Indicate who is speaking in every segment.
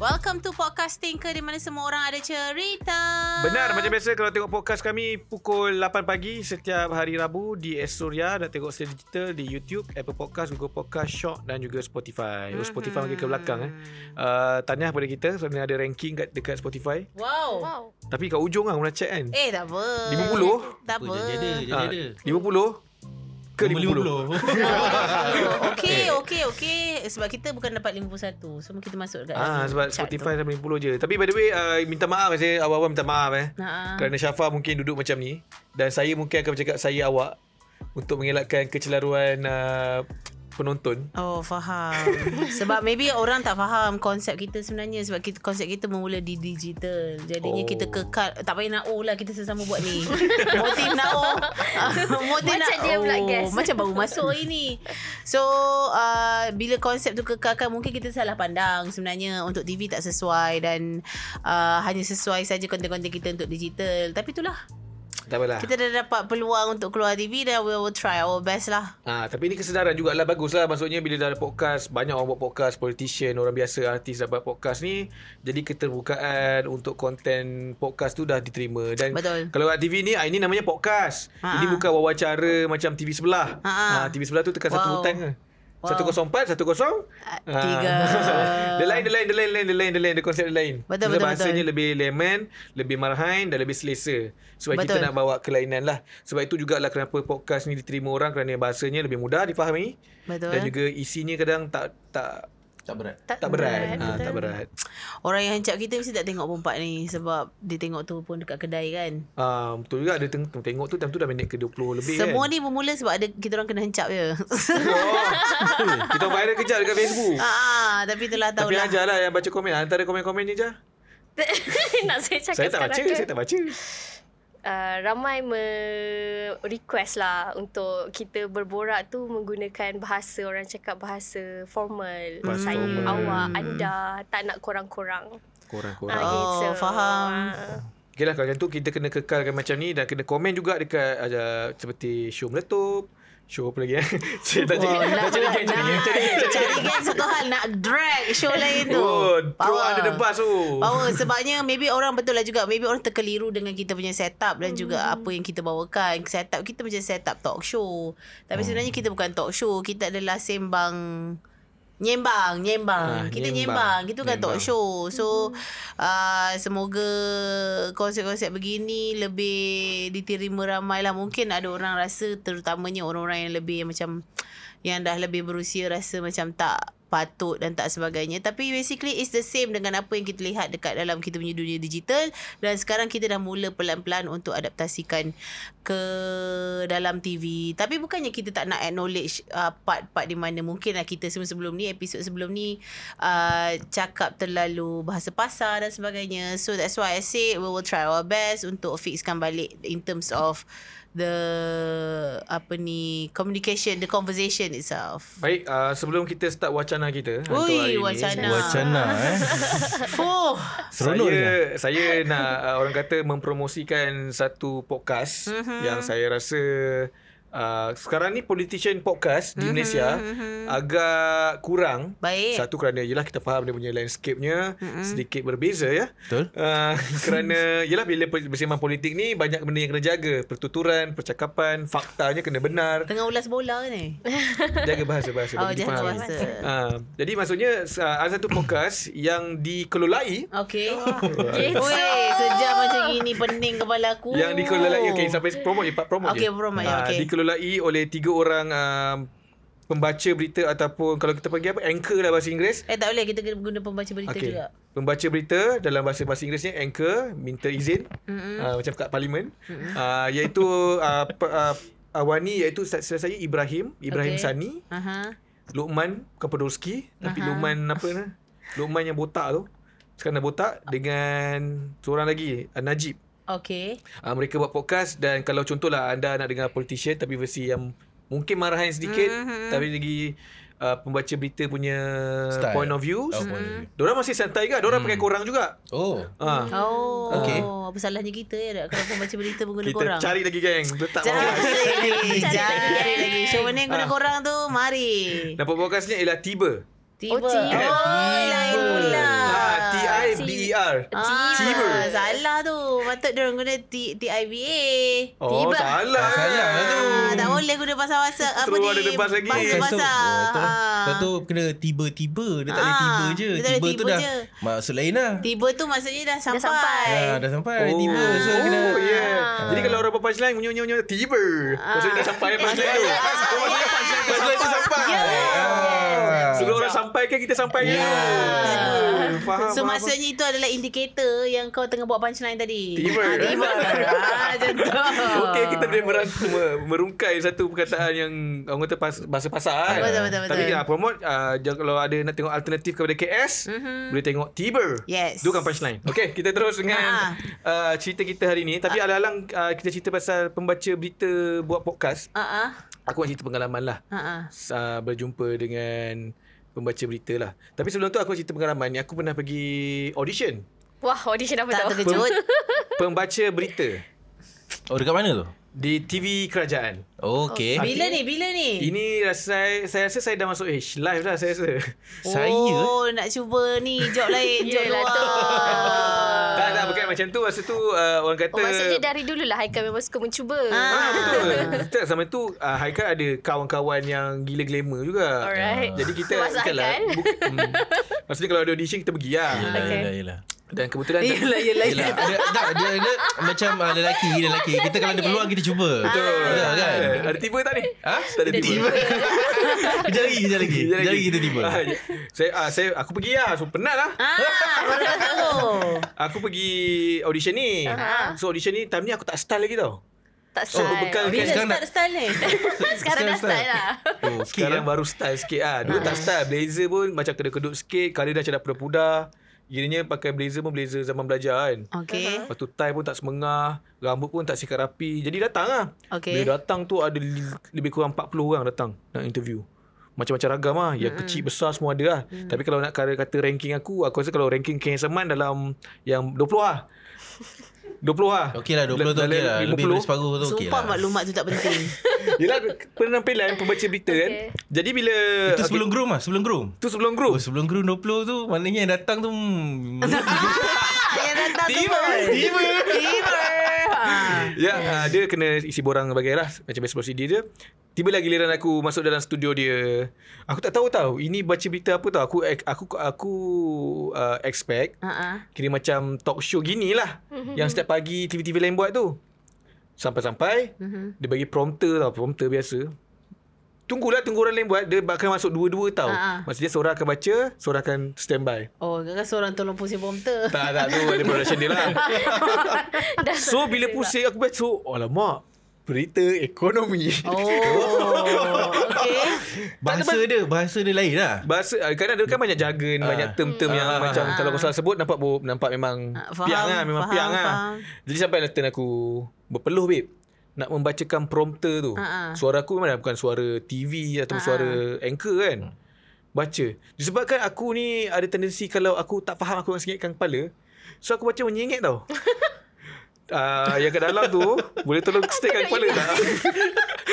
Speaker 1: Welcome to Podcast Thinker di mana semua orang ada cerita.
Speaker 2: Benar macam biasa kalau tengok podcast kami pukul 8 pagi setiap hari Rabu di S Surya dan tengok secara digital di YouTube, Apple Podcast, Google Podcast, Shock dan juga Spotify. Oh Spotify makin ke belakang eh.
Speaker 1: Mm-hmm.
Speaker 2: Uh, tanya pada kita sebenarnya ada ranking kat dekat Spotify.
Speaker 1: Wow.
Speaker 3: Wow.
Speaker 2: Tapi kat ujung lah mula check kan.
Speaker 1: Eh tak apa.
Speaker 2: 50?
Speaker 1: Tak apa.
Speaker 4: Apa je ada, je
Speaker 2: Ah,
Speaker 4: ada.
Speaker 2: 50 ke 50.
Speaker 1: Okey, okey, okey. Sebab kita bukan dapat 51. Semua kita masuk dekat
Speaker 2: Ah
Speaker 1: dalam
Speaker 2: sebab
Speaker 1: chart
Speaker 2: Spotify
Speaker 1: tu.
Speaker 2: sampai 50 je. Tapi by the way uh, minta maaf saya awal-awal minta maaf eh.
Speaker 1: Ha.
Speaker 2: Kerana Syafa mungkin duduk macam ni dan saya mungkin akan bercakap saya awak untuk mengelakkan kecelaruan uh, penonton.
Speaker 1: Oh faham Sebab maybe orang tak faham Konsep kita sebenarnya Sebab kita, konsep kita Bermula di digital Jadinya
Speaker 2: Oh.
Speaker 1: oh. kita kekal Tak payah nak O lah Kita sesama buat ni Motif nak O Motif
Speaker 3: Macam dia pula guess.
Speaker 1: Macam baru masuk hari ni So uh, Bila konsep tu kekalkan Mungkin kita salah pandang Sebenarnya Untuk TV tak sesuai Dan uh, Hanya sesuai saja Konten-konten kita Untuk digital Tapi itulah
Speaker 2: Tak apalah.
Speaker 1: Kita dah dapat peluang Untuk keluar TV Dan we will try our best lah
Speaker 2: Ah, tapi ini kesedaran jugalah baguslah maksudnya bila dah ada podcast banyak orang buat podcast politician orang biasa artis dah buat podcast ni jadi keterbukaan untuk konten podcast tu dah diterima dan
Speaker 1: Betul. Ah,
Speaker 2: kalau kat TV ni ah, ini namanya podcast
Speaker 1: Ha-ha.
Speaker 2: ini bukan wawancara macam TV sebelah
Speaker 1: Ha-ha.
Speaker 2: Ah, TV sebelah tu tekan satu
Speaker 1: Wow.
Speaker 2: butang je 104 104
Speaker 1: tiga.
Speaker 2: Ah. Dia lain Dia lain Dia lain Dia lain Dia lain Dia konsep dia lain
Speaker 1: Betul,
Speaker 2: Kita
Speaker 1: betul,
Speaker 2: bahasanya
Speaker 1: betul.
Speaker 2: lebih lemon Lebih marhain Dan lebih selesa Sebab kita
Speaker 1: Betul.
Speaker 2: nak bawa kelainan lah Sebab itu jugalah Kenapa podcast ni diterima orang Kerana bahasanya lebih mudah Dipahami
Speaker 1: Betul.
Speaker 2: Dan juga isinya kadang Tak tak
Speaker 4: Tak berat.
Speaker 2: tak berat, ha, tak berat.
Speaker 1: Orang yang hancap kita mesti tak tengok perempat ni Sebab dia tengok tu pun dekat kedai kan
Speaker 2: Ah, betul juga ada teng- tengok tu time tu dah minit ke 20 lebih
Speaker 1: Semua
Speaker 2: kan.
Speaker 1: ni bermula sebab ada kita orang kena hancap je
Speaker 2: Oh, kita viral kejap dekat Facebook.
Speaker 1: ah, Tapi itulah
Speaker 2: Tapi
Speaker 1: tahulah
Speaker 2: ajar lah yang baca komen Antara komen-komen ni je
Speaker 3: Nak saya cakap
Speaker 2: Saya tak
Speaker 3: sekarang
Speaker 2: baca
Speaker 3: ke?
Speaker 2: Saya tak baca
Speaker 3: uh, ramai me- request lah untuk kita berborak tu menggunakan bahasa orang cakap bahasa formal.
Speaker 2: Bahasa
Speaker 3: saya,
Speaker 2: formal.
Speaker 3: awak, anda tak nak korang-korang.
Speaker 2: Korang-korang
Speaker 1: Ah, Oh, faham.
Speaker 3: Ah.
Speaker 2: Okay lah kalau macam tu kita kena kekalkan macam ni dan kena komen juga dekat ada seperti show meletup show apa lagi eh saya tak
Speaker 1: Oh,
Speaker 2: cari
Speaker 1: nak,
Speaker 2: tak cari
Speaker 1: nak,
Speaker 2: geng cari geng cari geng, cari
Speaker 1: Cari geng satu hal Nak drag show lain
Speaker 2: geng
Speaker 1: tu
Speaker 2: oh throw under the bus tu
Speaker 1: Power sebabnya maybe orang betul lah juga maybe orang terkeliru dengan kita punya setup dan juga apa yang kita bawakan. Setup kita macam setup talk show.
Speaker 2: Hmm.
Speaker 1: Tapi sebenarnya kita bukan talk show, kita adalah sembang Nyembang, nyembang.
Speaker 2: Ah,
Speaker 1: kita
Speaker 2: nyembang.
Speaker 1: nyembang. Kita bukan talk
Speaker 2: Nyembang.
Speaker 1: show. So, uh, semoga konsep-konsep begini lebih diterima ramai lah. Mungkin ada orang rasa terutamanya orang-orang yang lebih macam yang dah lebih berusia rasa macam tak patut dan tak sebagainya. Tapi basically it's the same dengan apa yang kita lihat dekat dalam kita punya dunia digital dan sekarang kita dah mula pelan-pelan untuk adaptasikan ke dalam TV. Tapi bukannya kita tak nak acknowledge uh, part-part di mana mungkinlah kita semua sebelum ni episod sebelum ni uh, cakap terlalu bahasa pasar dan sebagainya. So that's why I say we will try our best untuk fixkan balik in terms of the apa ni communication the conversation itself.
Speaker 2: baik uh, sebelum kita start wacana kita untuk hari
Speaker 1: Ui,
Speaker 2: ni,
Speaker 1: wacana.
Speaker 4: Wacana, eh.
Speaker 1: Fuh.
Speaker 4: Seronok
Speaker 2: saya,
Speaker 4: dia.
Speaker 2: Saya nak uh, orang kata mempromosikan satu podcast
Speaker 1: Mhm.
Speaker 2: mm-hmm. yang saya rasa uh, sekarang ni politician
Speaker 1: Mhm,
Speaker 2: podcast mm-hmm. di Malaysia mm-hmm. agak kurang.
Speaker 1: Baik.
Speaker 2: Satu kerana yelah kita faham dia punya landscape-nya
Speaker 1: Mhm.
Speaker 2: mm-hmm. sedikit berbeza ya.
Speaker 4: Betul.
Speaker 2: Uh, kerana yelah bila per- bersembang politik ni banyak benda yang kena jaga. Pertuturan, percakapan, faktanya kena benar.
Speaker 1: Tengah ulas bola ke ni?
Speaker 2: Jaga bahasa-bahasa.
Speaker 1: Oh,
Speaker 2: bagi
Speaker 1: jaga
Speaker 2: difahami.
Speaker 1: bahasa.
Speaker 2: Uh, jadi maksudnya uh, ada satu podcast yang dikelolai
Speaker 1: Okay. Weh, sejam macam gini pening kepala aku.
Speaker 2: Yang dikelolai Okay sampai promote je Pak promote
Speaker 1: Okey,
Speaker 2: je
Speaker 1: Oh. promote je,
Speaker 2: Ah,
Speaker 1: okey.
Speaker 2: Dikelolai oleh tiga orang um, Pembaca berita Ataupun Kalau kita panggil apa Anchor lah bahasa Inggeris
Speaker 1: Eh tak boleh kita kena guna pembaca berita okay.
Speaker 2: Okey.
Speaker 1: juga.
Speaker 2: Pembaca berita dalam bahasa bahasa Inggerisnya anchor minta izin mm-hmm.
Speaker 1: Hmm.
Speaker 2: uh, macam kat parlimen mm-hmm. uh, iaitu uh, pe- uh, awani iaitu sa- saya saya Ibrahim Ibrahim okay.
Speaker 1: Okey.
Speaker 2: Sani
Speaker 1: Aha.
Speaker 2: Lokman Kapadorski tapi uh-huh. Lokman apa ni Lokman yang botak tu sekarang dah botak dengan seorang lagi uh, Najib
Speaker 1: Okay.
Speaker 2: uh, mereka buat podcast dan kalau contohlah anda nak dengar politician tapi versi yang mungkin marahan sedikit
Speaker 1: Hmm.
Speaker 2: mm-hmm. tapi lagi uh, pembaca berita punya Style. point of view.
Speaker 4: Oh,
Speaker 2: Oh.
Speaker 4: point of view.
Speaker 2: Diorang masih santai ke? Diorang mm. pakai korang juga.
Speaker 4: Oh.
Speaker 2: Ha.
Speaker 1: Oh,
Speaker 4: Okey.
Speaker 1: apa salahnya kita ya nak kena pembaca berita guna
Speaker 2: Kita
Speaker 1: korang?
Speaker 2: cari lagi geng. Letak
Speaker 1: Cari
Speaker 2: bawah.
Speaker 1: lagi, cari lagi. Show mana yang guna
Speaker 2: Ah.
Speaker 1: korang tu? Mari.
Speaker 2: Dan podcastnya ialah tiba.
Speaker 1: Tiba.
Speaker 3: Oh, tiba.
Speaker 1: Oh, lain pula.
Speaker 2: Ha, T-I-B-E-R.
Speaker 1: Ah,
Speaker 2: Tiber.
Speaker 1: salah tu. Patut dia orang guna T TIBA.
Speaker 2: Oh,
Speaker 3: Tiber.
Speaker 2: salah.
Speaker 4: Ah, salah lah tu.
Speaker 1: Ah, tak boleh guna bahasa bahasa apa
Speaker 2: Terus
Speaker 1: ni?
Speaker 2: ada lepas lagi.
Speaker 1: Bahasa
Speaker 4: Lepas tu,
Speaker 1: bahasa.
Speaker 4: ah, tu-
Speaker 1: Ah.
Speaker 4: lepas tu kena tiba-tiba. Dia tak boleh
Speaker 1: Ah,
Speaker 4: tiba je.
Speaker 1: dia tak
Speaker 4: Tiba
Speaker 1: boleh
Speaker 4: tu
Speaker 1: tiba
Speaker 4: dah
Speaker 1: je.
Speaker 4: maksud lain lah.
Speaker 1: Tiba tu maksudnya dah sampai.
Speaker 3: sampai.
Speaker 4: Ah, dah sampai
Speaker 2: Oh,
Speaker 4: tiba. So
Speaker 2: oh,
Speaker 4: kena
Speaker 2: yeah.
Speaker 1: Ah.
Speaker 2: Jadi kalau orang buat punchline, nyo nyo nyo tiba. Maksudnya dah sampai punchline tu. Oh, maksudnya punchline punchline tu sampai.
Speaker 4: Ah.
Speaker 2: Sebelum orang sampai kan kita sampai ke?
Speaker 1: Yeah.
Speaker 2: Tiba. Faham.
Speaker 1: So
Speaker 2: faham,
Speaker 1: maksudnya itu adalah indikator yang kau tengah buat punchline tadi.
Speaker 2: Tiba.
Speaker 1: Ah, tiba. ah, macam tu.
Speaker 2: faham. Okey kita
Speaker 1: Ah.
Speaker 2: boleh merang, me- merungkai satu perkataan yang orang kata pas, bahasa pasar. kan?
Speaker 1: Betul, betul, betul.
Speaker 2: Tapi kita promote uh, jangan- kalau ada nak tengok alternatif kepada KS,
Speaker 1: Mhm.
Speaker 2: boleh tengok Tiber.
Speaker 1: Yes.
Speaker 2: Itu kan punchline. Okey, kita terus dengan
Speaker 1: Ha.
Speaker 2: uh, cerita kita hari ni.
Speaker 1: Ah.
Speaker 2: Tapi alang-alang uh, kita cerita pasal pembaca berita buat podcast.
Speaker 1: Ah ah.
Speaker 2: Aku nak cerita pengalaman lah
Speaker 1: Ah ah.
Speaker 2: uh, berjumpa dengan pembaca berita lah. Tapi sebelum tu aku nak cerita pengalaman ni. Aku pernah pergi audition
Speaker 3: Wah, audition apa
Speaker 1: Tak
Speaker 3: tau?
Speaker 1: terkejut.
Speaker 2: pembaca berita
Speaker 4: Oh dekat mana tu?
Speaker 2: di TV kerajaan.
Speaker 1: Eh,
Speaker 4: Okey.
Speaker 1: Bila ni? Bila ni?
Speaker 2: Ini rasa saya rasa saya dah masuk H live lah saya rasa.
Speaker 4: Saya
Speaker 1: Oh, nak cuba ni job lain, job
Speaker 3: Yelah
Speaker 1: luar.
Speaker 3: tu.
Speaker 1: Ah.
Speaker 2: tak tak bukan macam tu masa tu uh, orang kata
Speaker 3: Oh, maksudnya dari dululah Haikal memang suka mencuba.
Speaker 1: Ah.
Speaker 2: Ah, betul. Tak sama tu uh, Haikal ada kawan-kawan yang gila glamour juga.
Speaker 3: Alright.
Speaker 2: Jadi kita
Speaker 3: Termasuk
Speaker 2: bukanlah-
Speaker 3: Haikal.
Speaker 2: buk- hmm, maksudnya kalau ada audition kita pergi lah.
Speaker 4: Yelah,
Speaker 3: Okay.
Speaker 4: yelah, yelah.
Speaker 2: Dan kebetulan
Speaker 1: Yelah, yelah.
Speaker 4: Yelah, ada, tak, dia, dia macam uh, lelaki, dia lelaki. Kita kalau ada peluang, kita cuba.
Speaker 2: Betul. Ah,
Speaker 4: Betul kan?
Speaker 2: Ada tiba tak ni?
Speaker 4: Ha?
Speaker 2: Tak ada tiba.
Speaker 4: Kejap lagi, kejap lagi.
Speaker 2: Kejap
Speaker 4: Kejap lagi kita tiba.
Speaker 2: Ah, saya, ah, saya aku pergi lah. So penat lah.
Speaker 1: Ah, baru dah tahu.
Speaker 2: Aku pergi audition ni.
Speaker 3: Aha.
Speaker 2: So audition ni time ni aku tak style lagi tau.
Speaker 3: Tak
Speaker 2: So,
Speaker 3: style.
Speaker 2: bekal-
Speaker 1: Bila
Speaker 4: Sekarang
Speaker 1: start
Speaker 4: nak-
Speaker 1: style ni?
Speaker 3: Sekarang dah style lah.
Speaker 4: Oh, okay.
Speaker 2: Sekarang baru style sikit lah. Dulu tak style. Blazer pun macam kedut-kedut sikit. Kali dah cakap pudar-pudar. Kiranya pakai blazer pun blazer zaman belajar kan.
Speaker 1: Okay.
Speaker 2: Lepas tu tie pun tak semengah. Rambut pun tak sikat rapi. Jadi datang lah.
Speaker 1: Okay.
Speaker 2: Bila datang tu ada li- lebih kurang 40 orang datang nak interview. Macam-macam ragam lah. Yang mm-hmm. kecil besar semua ada lah. Mm. Tapi kalau nak kata, kata ranking aku, aku rasa kalau ranking King Seman dalam yang 20 lah. 20 lah.
Speaker 4: Okey lah, 20 tu
Speaker 2: Dalam
Speaker 4: okey lah. Lebih
Speaker 2: 50.
Speaker 4: dari separuh tu okey
Speaker 1: Sumpah
Speaker 4: lah.
Speaker 1: maklumat tu tak penting.
Speaker 2: Yelah penampilan pembaca berita okay. kan.
Speaker 3: Okay.
Speaker 2: Jadi bila...
Speaker 4: Itu sebelum groom lah, sebelum groom.
Speaker 2: Tu sebelum
Speaker 4: Oh,
Speaker 2: group.
Speaker 4: sebelum groom 20 tu, maknanya yang datang tu... hmm,
Speaker 1: Ah, yang datang tu
Speaker 2: Tiba,
Speaker 1: pun.
Speaker 2: tiba.
Speaker 1: Tiba. Ah.
Speaker 2: Ya, uh, dia kena isi borang bagai lah. Macam best prosedur dia. Tiba lagi giliran aku masuk dalam studio dia. Aku tak tahu tau. Ini baca berita apa tau. Aku aku aku uh, expect
Speaker 1: Ah, ah.
Speaker 2: Kira macam talk show gini lah Yang setiap pagi TV-TV lain buat tu Sampai-sampai
Speaker 1: Mhm.
Speaker 2: Dia bagi prompter tau Prompter biasa Tunggulah tunggu orang lain buat Dia akan masuk dua-dua tau
Speaker 1: Ha, ha.
Speaker 2: Maksudnya seorang akan baca Seorang akan standby
Speaker 1: Oh, kakak seorang tolong pusing prompter.
Speaker 2: Tak tak tu ada production dia lah
Speaker 3: Dah
Speaker 2: So bila pusing aku baca "Oh, Alamak Berita ekonomi
Speaker 1: Oh, okay.
Speaker 4: Bahasa dia, bahasa dia lain lah.
Speaker 2: Bahasa ah, Kadang ada kan banyak jargon
Speaker 4: Ah.
Speaker 2: Banyak term-term yang
Speaker 4: Ah.
Speaker 2: macam Kalau kau salah sebut Nampak bo- nampak memang
Speaker 1: Ah, faham,
Speaker 2: Piang lah Memang
Speaker 1: faham,
Speaker 2: piang lah
Speaker 1: faham.
Speaker 2: Jadi sampai lah turn aku Berpeluh babe Nak membacakan prompter tu
Speaker 1: Ah, ah.
Speaker 2: Suara aku memang dah bukan suara TV Atau suara anchor kan Baca Disebabkan aku ni Ada tendensi Kalau aku tak faham Aku akan sengitkan kepala So aku baca menyengit tau Uh, yang kat dalam tu Boleh tolong Stekkan kepala tak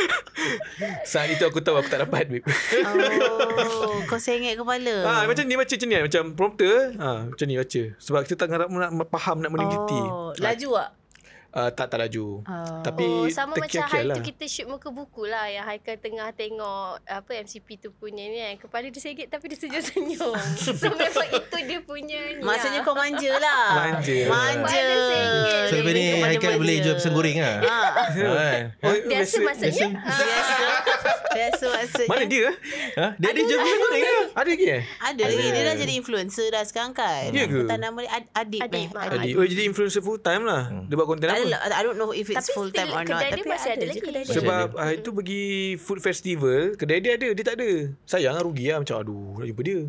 Speaker 2: Saat itu aku tahu Aku tak dapat babe
Speaker 1: Oh, kau sengit kepala.
Speaker 2: Ah, macam ni baca macam ni kan. Macam prompter ah, Macam ni baca Sebab kita tak harap nak faham Nak meneliti
Speaker 1: Oh, laju tak?
Speaker 2: ah, Tak tak laju
Speaker 1: Oh.
Speaker 2: Tapi
Speaker 3: Oh, sama macam
Speaker 2: terkial-kial
Speaker 3: hari
Speaker 2: lah.
Speaker 3: tu kita shoot muka buku lah yang Haikal tengah tengok apa MCP tu punya ni kan. Kepala dia segit tapi dia senyum-senyum. so memang itu dia punya ni
Speaker 1: Maksudnya
Speaker 3: lah.
Speaker 1: kau manja lah.
Speaker 2: Manja.
Speaker 1: Manja.
Speaker 3: Mana sengit.
Speaker 4: So, lepas ni, Haikal boleh jual pisang goreng lah.
Speaker 1: Ah,
Speaker 4: Kan?
Speaker 2: Oh,
Speaker 3: Biasa
Speaker 4: Ya.
Speaker 3: maksudnya
Speaker 1: biasa. biasa maksudnya.
Speaker 2: Mana dia? eh?
Speaker 4: Ha? Dia ada jual pisang goreng lah.
Speaker 2: Ada lagi eh?
Speaker 1: Ada lagi. Dia dah jadi influencer dah sekarang kan.
Speaker 2: Ya ke?
Speaker 1: Tak nama dia Ad- eh, Adib.
Speaker 3: Adib,
Speaker 1: Adib.
Speaker 3: ah.
Speaker 1: Adib.
Speaker 2: Ada. Oh, jadi influencer full time lah.
Speaker 1: Hmm.
Speaker 2: Dia buat konten
Speaker 1: Tak
Speaker 2: apa?
Speaker 1: ada- I don't know if it's
Speaker 3: Tapi
Speaker 1: full time
Speaker 3: still
Speaker 1: or not.
Speaker 3: kedai dia
Speaker 1: Tapi
Speaker 3: masih ada
Speaker 1: je
Speaker 3: lagi.
Speaker 1: kedai dia.
Speaker 4: Macam
Speaker 2: Sebab hari tu pergi food festival, kedai dia ada, dia tak ada. Sayang lah rugi lah. Macam aduh, nak jumpa dia.